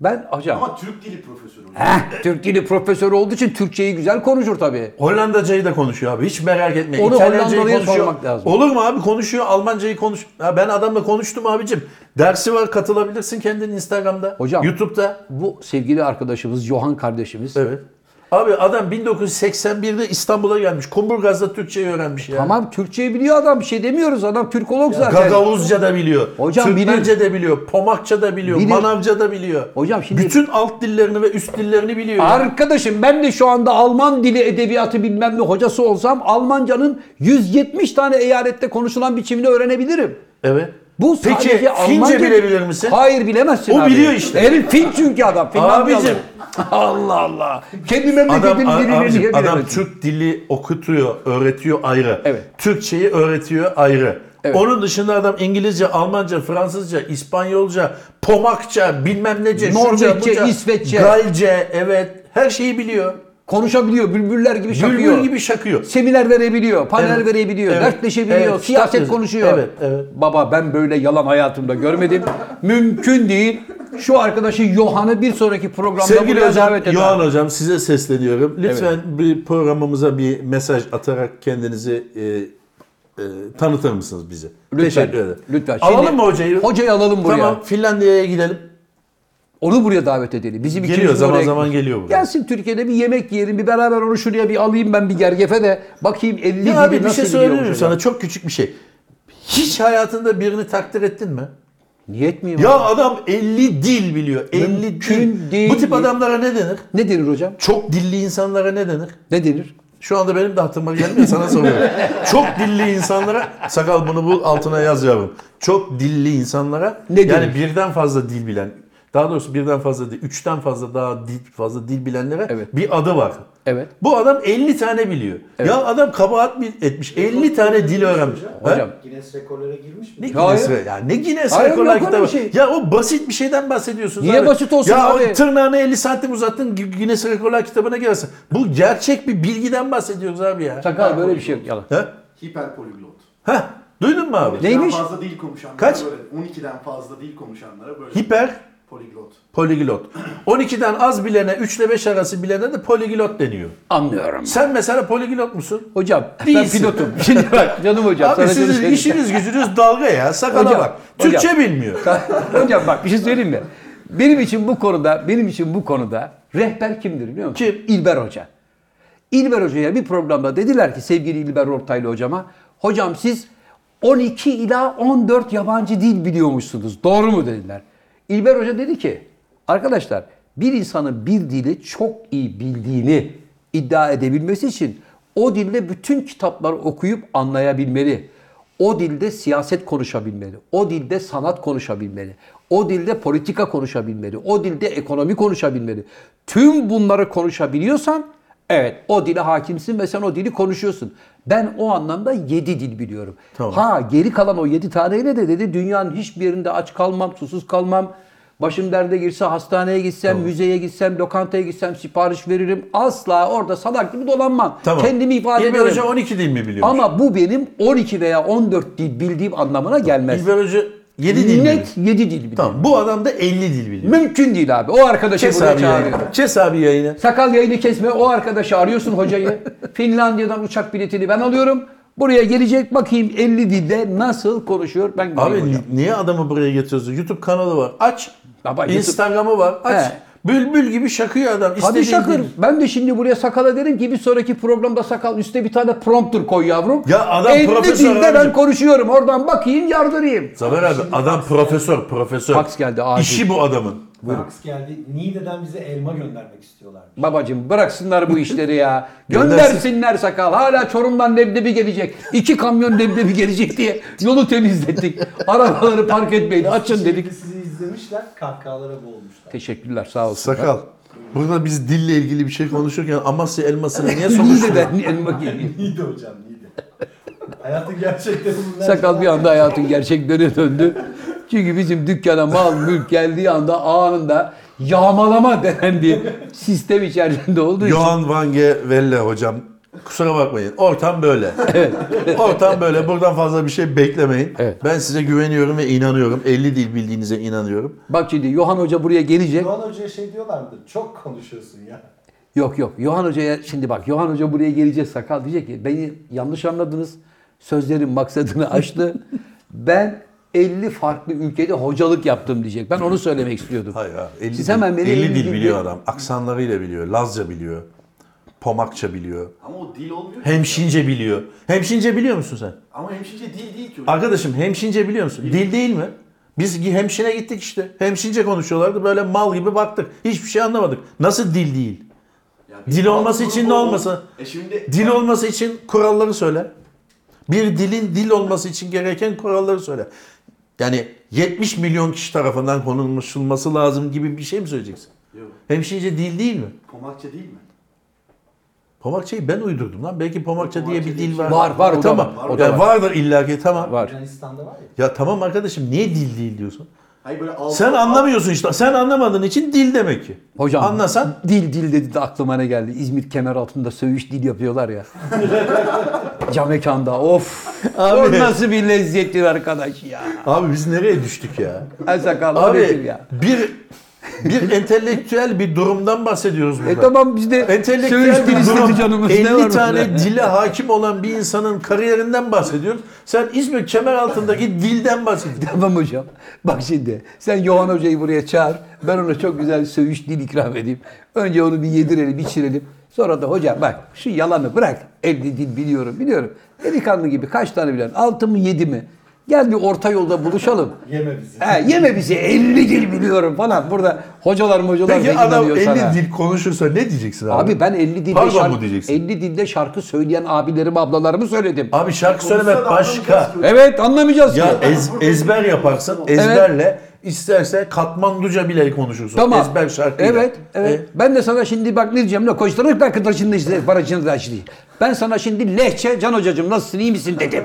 A: Ben hocam.
D: Ama Türk dili profesörüm.
A: Heh, Türk dili profesörü olduğu için Türkçeyi güzel konuşur tabii.
B: Hollandacayı da konuşuyor abi. Hiç merak etme.
A: Onu
B: İtalyancayı
A: Hollandalı'ya
B: konuşuyor.
A: sormak lazım.
B: Olur mu abi? Konuşuyor. Almancayı konuş. Ya ben adamla konuştum abicim. Dersi var katılabilirsin kendin Instagram'da.
A: Hocam.
B: YouTube'da.
A: Bu sevgili arkadaşımız Johan kardeşimiz.
B: Evet. Abi adam 1981'de İstanbul'a gelmiş. Kumburgaz'da Türkçeyi öğrenmiş ya.
A: Tamam Türkçeyi biliyor adam bir şey demiyoruz adam Türkolog zaten.
B: Gagavuzca da biliyor.
A: Hocam
B: Türkmence de biliyor. Pomakça da biliyor.
A: Bilir.
B: Manavca da biliyor.
A: Hocam şimdi-
B: Bütün alt dillerini ve üst dillerini biliyor. ya.
A: Arkadaşım ben de şu anda Alman dili edebiyatı bilmem ne hocası olsam Almancanın 170 tane eyalette konuşulan biçimini öğrenebilirim.
B: Evet.
A: Bu
B: Peki
A: sadece
B: Fince
A: Almanca...
B: bilebilir misin?
A: Hayır bilemezsin
B: O
A: abi.
B: biliyor işte.
A: Herif Fin çünkü adam. Finlandiyalı.
B: Abicim.
A: Allah Allah. Kendi memleketin
B: Adam, a-
A: dilini
B: abicim,
A: niye
B: adam
A: bilemezsin?
B: Türk dili okutuyor, öğretiyor ayrı.
A: Evet.
B: Türkçeyi öğretiyor ayrı.
A: Evet.
B: Onun dışında adam İngilizce, Almanca, Fransızca, İspanyolca, Pomakça, bilmem nece, şuca,
A: Norveççe,
B: buca,
A: İsveççe.
B: Galce, evet. Her şeyi biliyor.
A: Konuşabiliyor, bülbüller gibi şakıyor.
B: Bülbül gibi şakıyor.
A: Seminer verebiliyor, panel
B: Evet.
A: verebiliyor,
B: Evet.
A: dertleşebiliyor,
B: Evet.
A: siyaset
B: Stadyum.
A: konuşuyor.
B: Evet, evet.
A: Baba ben böyle yalan hayatımda görmedim. Mümkün değil. Şu arkadaşı Yohan'ı bir sonraki programda
B: Sevgili
A: buraya
B: hocam,
A: davet eder.
B: Yoğan hocam size sesleniyorum. Lütfen bir programımıza bir mesaj atarak kendinizi e, e, tanıtır mısınız bize?
A: Lütfen,
B: Teşekkür ederim.
A: lütfen.
B: Alalım
A: Şimdi-
B: mı hocayı?
A: Hocayı alalım buraya.
B: Tamam Finlandiya'ya gidelim.
A: Onu buraya davet edelim. Bizim
B: Geliyor,
A: ikimizin
B: zaman
A: oraya-
B: zaman geliyor buraya.
A: Gelsin Türkiye'de bir yemek yiyelim. Bir beraber onu şuraya bir alayım ben bir gergefe de. Bakayım 50
B: Ya
A: gibi
B: abi bir
A: nasıl
B: şey
A: gidiyor
B: söyleyeyim
A: hocam.
B: sana çok küçük bir şey. Hiç hayatında birini takdir ettin mi?
A: Niyet miyim?
B: Ya
A: abi?
B: adam 50 dil biliyor. 50
A: Mümkün
B: dil.
A: değil.
B: Bu tip adamlara ne denir?
A: Ne denir hocam?
B: Çok dilli insanlara ne denir?
A: Ne denir?
B: Şu anda benim de aklıma gelmiyor sana soruyorum. Çok dilli insanlara sakal bunu bul altına yaz yavrum. Çok dilli insanlara
A: Ne
B: yani
A: denir?
B: birden fazla dil bilen daha doğrusu birden fazla değil, üçten fazla daha dil, fazla dil bilenlere
A: Evet.
B: bir adı var.
A: Evet.
B: Bu adam 50 tane biliyor. Ya adam kabahat bil- etmiş. 50 tane dil öğrenmiş. Ha?
A: Hocam
C: Guinness rekorlara girmiş mi?
B: Ne
A: Hayır.
B: Guinness, Re- ya ne Guinness
A: Hayır,
B: rekorlar
A: yok öyle
B: kitabı?
A: bir şey.
B: Ya o basit bir şeyden bahsediyorsun.
A: Niye basit olsun
B: ya
A: abi?
B: o tırnağını 50 santim uzattın Gu- Guinness rekorlar kitabına girersin. Bu gerçek bir bilgiden bahsediyoruz abi ya.
A: sakal böyle bir şey yok. Yalan.
B: Ha?
D: Hiper poliglot.
B: Ha? Duydun mu abi?
A: Ne? Neymiş?
D: fazla dil konuşanlara
B: Kaç?
D: böyle. 12'den fazla dil konuşanlara böyle.
B: Hiper
D: Poliglot.
B: poliglot. 12'den az bilene 3 ile 5 arası bilene de poliglot deniyor.
A: Anlıyorum.
B: Sen mesela poliglot musun?
A: Hocam ben
B: Değilsin.
A: pilotum. Şimdi bak canım hocam.
B: abi
A: sana şunu
B: sizin
A: söyleyeyim.
B: işiniz gücünüz dalga ya. Sakala
A: Hocam,
B: bak.
A: hocam.
B: Türkçe bilmiyor.
A: hocam bak bir şey söyleyeyim mi? Benim için bu konuda, benim için bu konuda rehber kimdir biliyor musun?
B: Kim?
A: İlber Hoca. İlber Hoca'ya bir programda dediler ki sevgili İlber Ortaylı hocama, hocam siz 12 ila 14 yabancı dil biliyormuşsunuz. Doğru mu dediler? İlber Hoca dedi ki, arkadaşlar bir insanın bir dili çok iyi bildiğini iddia edebilmesi için o dilde bütün kitapları okuyup anlayabilmeli. O dilde siyaset konuşabilmeli. O dilde sanat konuşabilmeli. O dilde politika konuşabilmeli. O dilde ekonomi konuşabilmeli. Tüm bunları konuşabiliyorsan evet o dile hakimsin ve sen o dili konuşuyorsun. Ben o anlamda 7 dil biliyorum.
B: Tamam.
A: Ha geri kalan o 7 taneyle de dedi dünyanın hiçbir yerinde aç kalmam, susuz kalmam. Başım derde girse hastaneye gitsem, müzeye gitsem, lokantaya gitsem sipariş veririm. Asla orada salak gibi dolanmam.
B: Tamam.
A: Kendimi ifade
B: İlber
A: ederim.
B: Hoca 12 dil mi biliyor?
A: Ama bu benim 12 veya 14 dil bildiğim anlamına gelmez.
B: İlber Hoca 7 dil biliyor.
A: Net 7 dil biliyorum.
B: Tamam bu adam da 50 dil biliyor.
A: Mümkün değil abi. O arkadaşı
B: Kes
A: buraya
B: abi
A: çağırıyorum.
B: yayını. Kes abi yayını.
A: Sakal yayını kesme. O arkadaşı arıyorsun hocayı. Finlandiya'dan uçak biletini ben alıyorum. Buraya gelecek bakayım 50 dilde nasıl konuşuyor ben göreyim
B: Abi
A: hocam.
B: niye adamı buraya getiriyorsun? YouTube kanalı var. Aç.
A: Baba, YouTube-
B: Instagram'ı var. Aç.
A: He.
B: Bülbül gibi şakıyor adam.
A: Tabii
B: İstediğin
A: Şakır.
B: dil.
A: Ben de şimdi buraya sakala derim ki bir sonraki programda sakal üstte bir tane prompter koy yavrum.
B: Ya adam
A: 50
B: profesör
A: dilde ben
B: abicim.
A: konuşuyorum. Oradan bakayım yardırayım.
B: Zafer abi adam profesör profesör.
A: Fax geldi, acil.
B: İşi bu adamın.
C: Fax geldi. Niğde'den bize elma göndermek istiyorlar.
A: Babacım bıraksınlar bu işleri ya.
B: Göndersin.
A: Göndersinler sakal. Hala Çorum'dan leblebi gelecek. İki kamyon leblebi gelecek diye yolu temizlettik. Arabaları park etmeyin E, açın
C: Şimdi
A: dedik.
C: Sizi izlemişler, kahkahalara boğulmuşlar.
A: Teşekkürler sağ olsun.
B: Sakal. Burada biz dille ilgili bir şey konuşurken Amasya elmasını niye
A: Niğde'den
B: sokuşturuyor?
A: elma geliyor.
C: Niğde hocam, Niğde. Hayatın gerçekleri bunlar.
A: Sakal bir anda hayatın gerçeklerine döndü. Çünkü bizim dükkana mal mülk geldiği anda anında yağmalama denen bir sistem içerisinde olduğu için.
B: Johan Vange Velle hocam. Kusura bakmayın. Ortam böyle. Ortam böyle. Buradan fazla bir şey beklemeyin.
A: Evet.
B: Ben size güveniyorum ve inanıyorum. 50 dil bildiğinize inanıyorum.
A: Bak şimdi Yohan Hoca buraya gelecek.
C: Doğan Hoca'ya şey diyorlardı, çok konuşuyorsun ya.
A: Yok yok. Yohan Hoca'ya şimdi bak Yohan Hoca buraya gelecek sakal diyecek ki beni yanlış anladınız. Sözlerin maksadını aştı. ben 50 farklı ülkede hocalık yaptım diyecek. Ben onu söylemek istiyordum.
B: Hayır abi. 50
A: Siz
B: dil,
A: hemen beni
B: 50
A: elli
B: dil
A: dil-
B: biliyor adam. Aksanlarıyla biliyor. Lazca biliyor. Pomakça biliyor.
D: Ama o dil olmuyor ki.
B: Hemşince biliyor. Hemşince biliyor musun sen?
D: Ama hemşince dil değil ki.
B: Arkadaşım hemşince biliyor musun? Dil değil mi? Biz hemşine gittik işte. Hemşince konuşuyorlardı. Böyle mal gibi baktık. Hiçbir şey anlamadık. Nasıl dil değil?
D: Ya
B: Dil
D: bir
B: olması
D: alt
B: için
D: grubu
B: ne
D: o.
B: olması?
D: E şimdi
B: Dil olması için kuralları söyle. Bir dilin dil olması için gereken kuralları söyle. Yani 70 milyon kişi tarafından konuşulması lazım gibi bir şey mi söyleyeceksin?
D: Yok,
B: Hemşince dil değil mi?
D: pomakça değil mi?
B: Pomakçayı ben uydurdum lan. Belki pomakça diye bir dil
D: Pomakça diye
B: var.
D: bir şey
A: var. Var var o da
B: tamam.
A: var.
B: Var,
A: O da var.
B: vardır illa ki tamam.
A: Var.
C: Yunanistan'da var ya.
B: Ya tamam arkadaşım niye dil değil diyorsun?
D: Hayır böyle altı,
B: Sen anlamıyorsun işte. Sen anlamadığın için dil demek ki.
A: Hocam
B: Anlasan
A: dil dil dedi de aklıma ne geldi? İzmir kemer altında söğüş dil yapıyorlar ya. Cam mekanda of.
B: Abi.
A: O nasıl bir lezzetli arkadaş ya.
B: Abi biz nereye düştük ya?
A: Her sakal abi
B: Abi
A: ya.
B: bir bir entelektüel bir durumdan bahsediyoruz burada.
A: E tamam biz de söğüş
B: Entelektüel
A: dil
B: bir durum.
A: istedi canımız.
B: 50
A: bunda?
B: tane dile hakim olan bir insanın kariyerinden bahsediyoruz. Sen İzmir kemer altındaki dilden bahsediyorsun.
A: Tamam hocam. Bak şimdi sen Yohan Hoca'yı buraya çağır. Ben ona çok güzel söğüş dil ikram edeyim. Önce onu bir yedirelim, içirelim. Sonra da hocam bak şu yalanı bırak. Elde dil biliyorum, biliyorum. Delikanlı gibi kaç tane bilen? Altı mı, yedi mi? Gel bir orta yolda buluşalım.
C: Yeme bizi.
A: He, yeme bizi 50 dil biliyorum falan. Burada hocalar hocalar
B: Peki
A: da
B: adam
A: inanıyor
B: 50
A: sana.
B: dil konuşursa ne diyeceksin abi?
A: Abi ben 50 dilde,
B: Pardon mu
A: şarkı,
B: diyeceksin?
A: 50 dilde şarkı söyleyen abilerimi, ablalarımı söyledim.
B: Abi şarkı
D: Konuşsa da
B: söylemek başka.
D: anlamayacağız
A: Evet anlamayacağız ki.
B: Ya ez- ezber yaparsın. Ezberle isterse Katmanduca bile konuşursun.
A: Tamam.
B: Ezber şarkıyla.
A: Evet, evet.
B: E,
A: Ben de sana şimdi bak ne diyeceğim? Ne koşturuk da kıdırçın işte barajın da açtı. Ben sana şimdi lehçe Can Hocacığım nasılsın iyi misin dedim.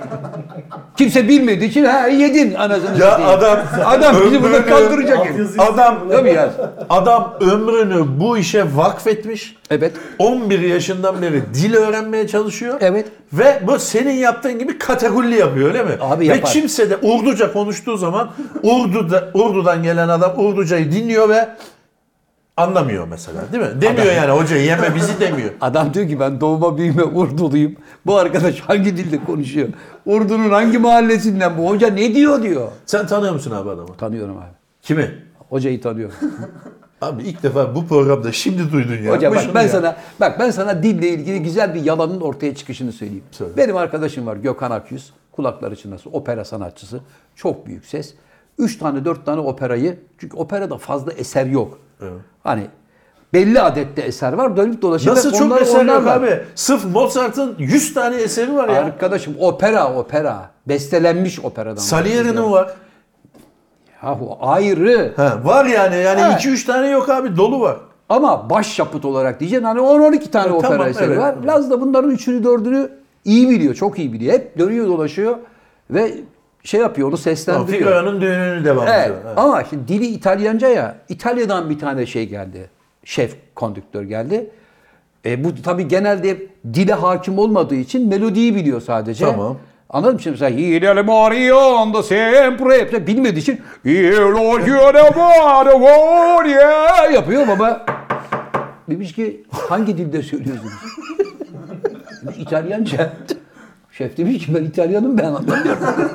A: Kimse bilmediği için ha yedin anasını
B: Ya
A: satayım.
B: adam
A: adam bizi burada
B: ömrünü-
A: kaldıracak.
C: Altyazı-
B: Adam
A: Değil mi ya?
B: Adam ömrünü bu işe vakfetmiş.
A: Evet.
B: 11 yaşından beri dil öğrenmeye çalışıyor.
A: Evet.
B: Ve bu senin yaptığın gibi katakulli yapıyor öyle mi?
A: Abi
B: ve
A: yapar.
B: kimse de Urduca konuştuğu zaman Urdu'da, Urdu'dan gelen adam Urduca'yı dinliyor ve anlamıyor mesela değil mi? Demiyor yani hoca yeme bizi demiyor.
A: Adam diyor ki ben doğma büyüme Urduluyum. Bu arkadaş hangi dilde konuşuyor? Urdu'nun hangi mahallesinden bu? Hoca ne diyor diyor.
B: Sen tanıyor musun abi adamı?
A: Tanıyorum abi.
B: Kimi?
A: Hocayı tanıyorum.
B: Abi ilk defa bu programda şimdi duydun ya.
A: Hocam
B: Bu
A: bak
B: şunu
A: ben
B: ya.
A: sana bak ben sana dille ilgili güzel bir yalanın ortaya çıkışını söyleyeyim.
B: Söyle.
A: Benim arkadaşım var Gökhan Akyüz. Kulakları çınlasın opera sanatçısı. Çok büyük ses. Üç tane dört tane operayı çünkü operada fazla eser yok. Hani belli adette eser var dönüp dolaşıp
B: Nasıl
A: hep
B: çok
A: onlar-
B: eser yok
A: onlarla-
B: abi? Sırf Mozart'ın 100 tane eseri var ya.
A: Arkadaşım opera opera bestelenmiş operadan.
B: Salieri'nin
A: bahsediyorum.
B: var.
A: Yahu ayrı
B: Ha, var yani yani
A: Evet.
B: 2-3 tane yok abi dolu var.
A: ama başyapıt olarak diyeceksin hani 10-12 tane
B: Evet,
A: opera
B: E, tamam,
A: eseri
B: evet.
A: var. Laz da bunların üçünü dördünü iyi biliyor, çok iyi biliyor. Hep dönüyor dolaşıyor ve şey yapıyor onu seslendiriyor.
B: Figaro'nun düğününü devam
A: Evet.
B: ediyor. Ha.
A: Ama şimdi dili İtalyanca ya. İtalya'dan bir tane şey geldi. Şef kondüktör geldi. E bu tabii genelde hep dile hakim olmadığı için melodiyi biliyor sadece.
B: Tamam.
A: Anladın mı şimdi mesela Hilal Marion da sempre hep bilmediği için Hilal Marion yapıyor baba. Demiş ki hangi dilde söylüyorsunuz? Demiş, İtalyanca. Şef demiş ki ben İtalyanım ben anlamıyorum.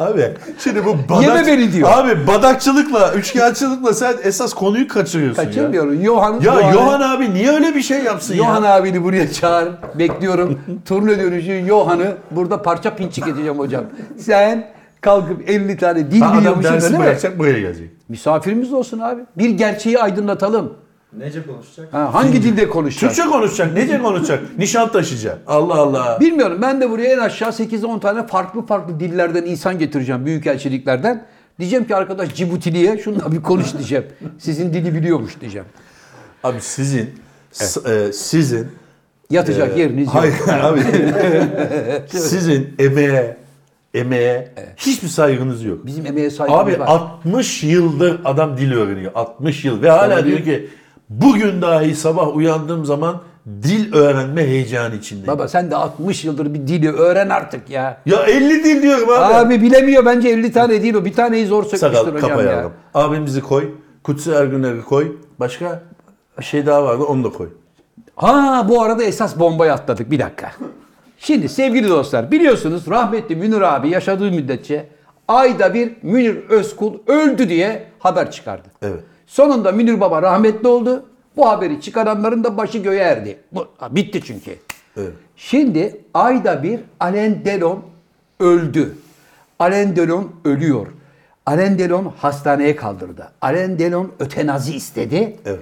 B: Abi şimdi bu
A: Yeme beni diyor.
B: Abi badakçılıkla, üçkağıtçılıkla sen esas konuyu kaçırıyorsun
A: Kaçırmıyorum. Johann
B: ya. Ya
A: Johann-
B: Yohan abi niye öyle bir şey yapsın
A: Yohan
B: ya?
A: abini buraya çağır. Bekliyorum. Turne dönüşü Yohan'ı burada parça pinçik edeceğim hocam. Sen kalkıp 50 tane dil
B: Ha, adam
A: biliyormuşsun
B: dersi
A: değil mi?
B: bırakacak buraya gelecek.
A: Misafirimiz olsun abi. Bir gerçeği aydınlatalım.
C: Nece konuşacak?
A: Ha, hangi dilde konuşacak?
B: Türkçe konuşacak, nece konuşacak, nişan taşıyacak. Allah Allah.
A: Bilmiyorum. Ben de buraya en aşağı 8-10 tane farklı farklı dillerden insan getireceğim. Büyükelçiliklerden. Diyeceğim ki arkadaş Cibutili'ye şununla bir konuş diyeceğim. Sizin dili biliyormuş diyeceğim.
B: Abi sizin, s- e, sizin
A: Yatacak
B: Ee,
A: yeriniz yok.
B: Hayır abi. Sizin emeğe, emeğe hiçbir saygınız yok.
A: Bizim emeğe saygımız
B: Abi
A: var.
B: 60 yıldır adam dil öğreniyor. 60 yıl ve hala
A: Tabii.
B: diyor ki bugün dahi sabah uyandığım zaman dil öğrenme heyecanı içindeyim.
A: Baba sen de 60 yıldır bir dili öğren artık ya.
B: Ya 50 dil diyorum abi.
A: Abi bilemiyor bence 50 tane değil o. Bir taneyi zor sökmüştür
B: Sakal
A: hocam
B: kafaya
A: ya.
B: alalım. Abimizi koy. Kutsi Ergüner'i koy. Başka bir şey daha vardı onu da koy.
A: Ha bu arada esas bombayı atladık bir dakika. Şimdi sevgili dostlar biliyorsunuz rahmetli Münir abi yaşadığı müddetçe ayda bir Münir Özkul öldü diye haber çıkardı.
B: Evet.
A: Sonunda Münir Baba rahmetli oldu. Bu haberi çıkaranların da başı göğe erdi. Bu, ha, bitti çünkü.
B: evet.
A: Şimdi ayda bir Alain Delon öldü. Alain Delon ölüyor. Alain Delon hastaneye kaldırdı. Alain Delon ötenazi istedi.
B: Evet.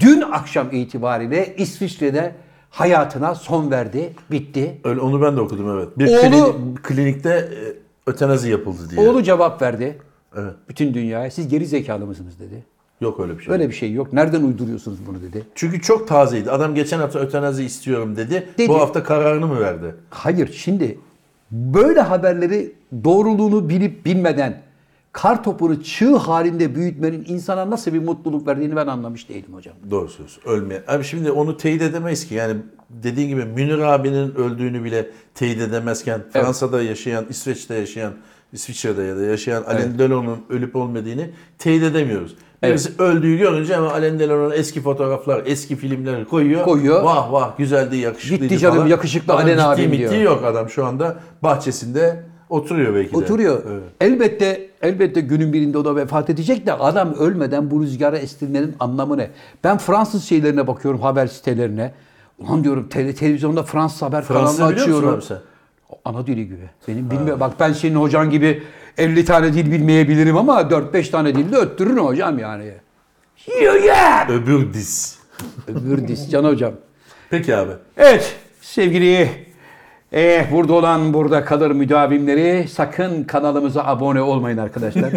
A: Dün akşam itibariyle İsviçre'de hayatına son verdi. Bitti.
B: Öyle, onu ben de okudum evet. Bir
A: Oğlu-
B: klinik- klinikte e, ötenazi yapıldı diye.
A: Oğlu cevap verdi.
B: Evet.
A: Bütün dünyaya siz geri zekalı mısınız dedi.
B: Yok öyle bir şey.
A: Öyle bir şey yok. Nereden uyduruyorsunuz bunu dedi.
B: Çünkü çok tazeydi. Adam geçen hafta ötenazi istiyorum dedi.
A: Dedi.
B: Bu hafta kararını mı verdi?
A: Hayır şimdi böyle haberleri doğruluğunu bilip bilmeden kar topunu çığ halinde büyütmenin insana nasıl bir mutluluk verdiğini ben anlamış değilim hocam.
B: Doğru söz. Ölmeye. Abi şimdi onu teyit edemeyiz ki. Yani dediğin gibi Münir abinin öldüğünü bile teyit edemezken Fransa'da yaşayan, İsveç'te yaşayan, İsviçre'de ya da yaşayan Alain Delon'un ölüp olmadığını teyit edemiyoruz. Birisi öldüğü görünce hemen Alain Delon'un eski fotoğraflar, eski filmleri koyuyor.
A: Koyuyor.
B: Vah vah güzeldi, yakışıklıydı
A: Gitti canım,
B: falan.
A: yakışıklı
B: Adam
A: Alain
B: ciddi
A: abim
B: mittiği
A: diyor.
B: yok adam şu anda bahçesinde oturuyor belki de.
A: Oturuyor.
B: Evet.
A: Elbette elbette günün birinde o da vefat edecek de adam ölmeden bu rüzgara estirmenin anlamı ne? Ben Fransız şeylerine bakıyorum haber sitelerine. Ulan diyorum tele- televizyonda Fransız haber
B: Fransızca
A: kanalını
B: biliyor musun
A: açıyorum.
B: abi sen?
A: Ana dili gibi. Benim bilmiyorum. Bak ben senin hocan gibi 50 tane dil bilmeyebilirim ama 4-5 tane dilde öttürürüm hocam yani. Yeah!
B: Öbür diz.
A: Öbür diz can hocam.
B: Peki abi.
A: Evet sevgili eh, burada olan burada kalır müdavimleri sakın kanalımıza abone olmayın arkadaşlar.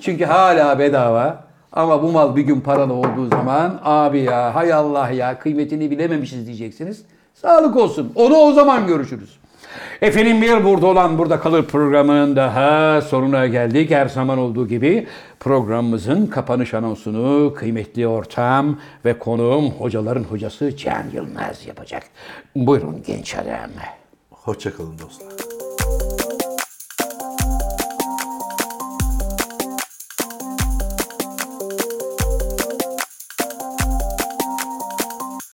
A: Çünkü hala bedava ama bu mal bir gün paralı olduğu zaman abi ya hay Allah ya kıymetini bilememişiz diyeceksiniz. Sağlık olsun. Onu o zaman görüşürüz. Efendim bir burada olan burada kalır programının daha sonuna geldik. Her zaman olduğu gibi programımızın kapanış anonsunu kıymetli ortağım ve konuğum hocaların hocası Can Yılmaz yapacak. Buyurun genç adam.
B: Hoşçakalın dostlar.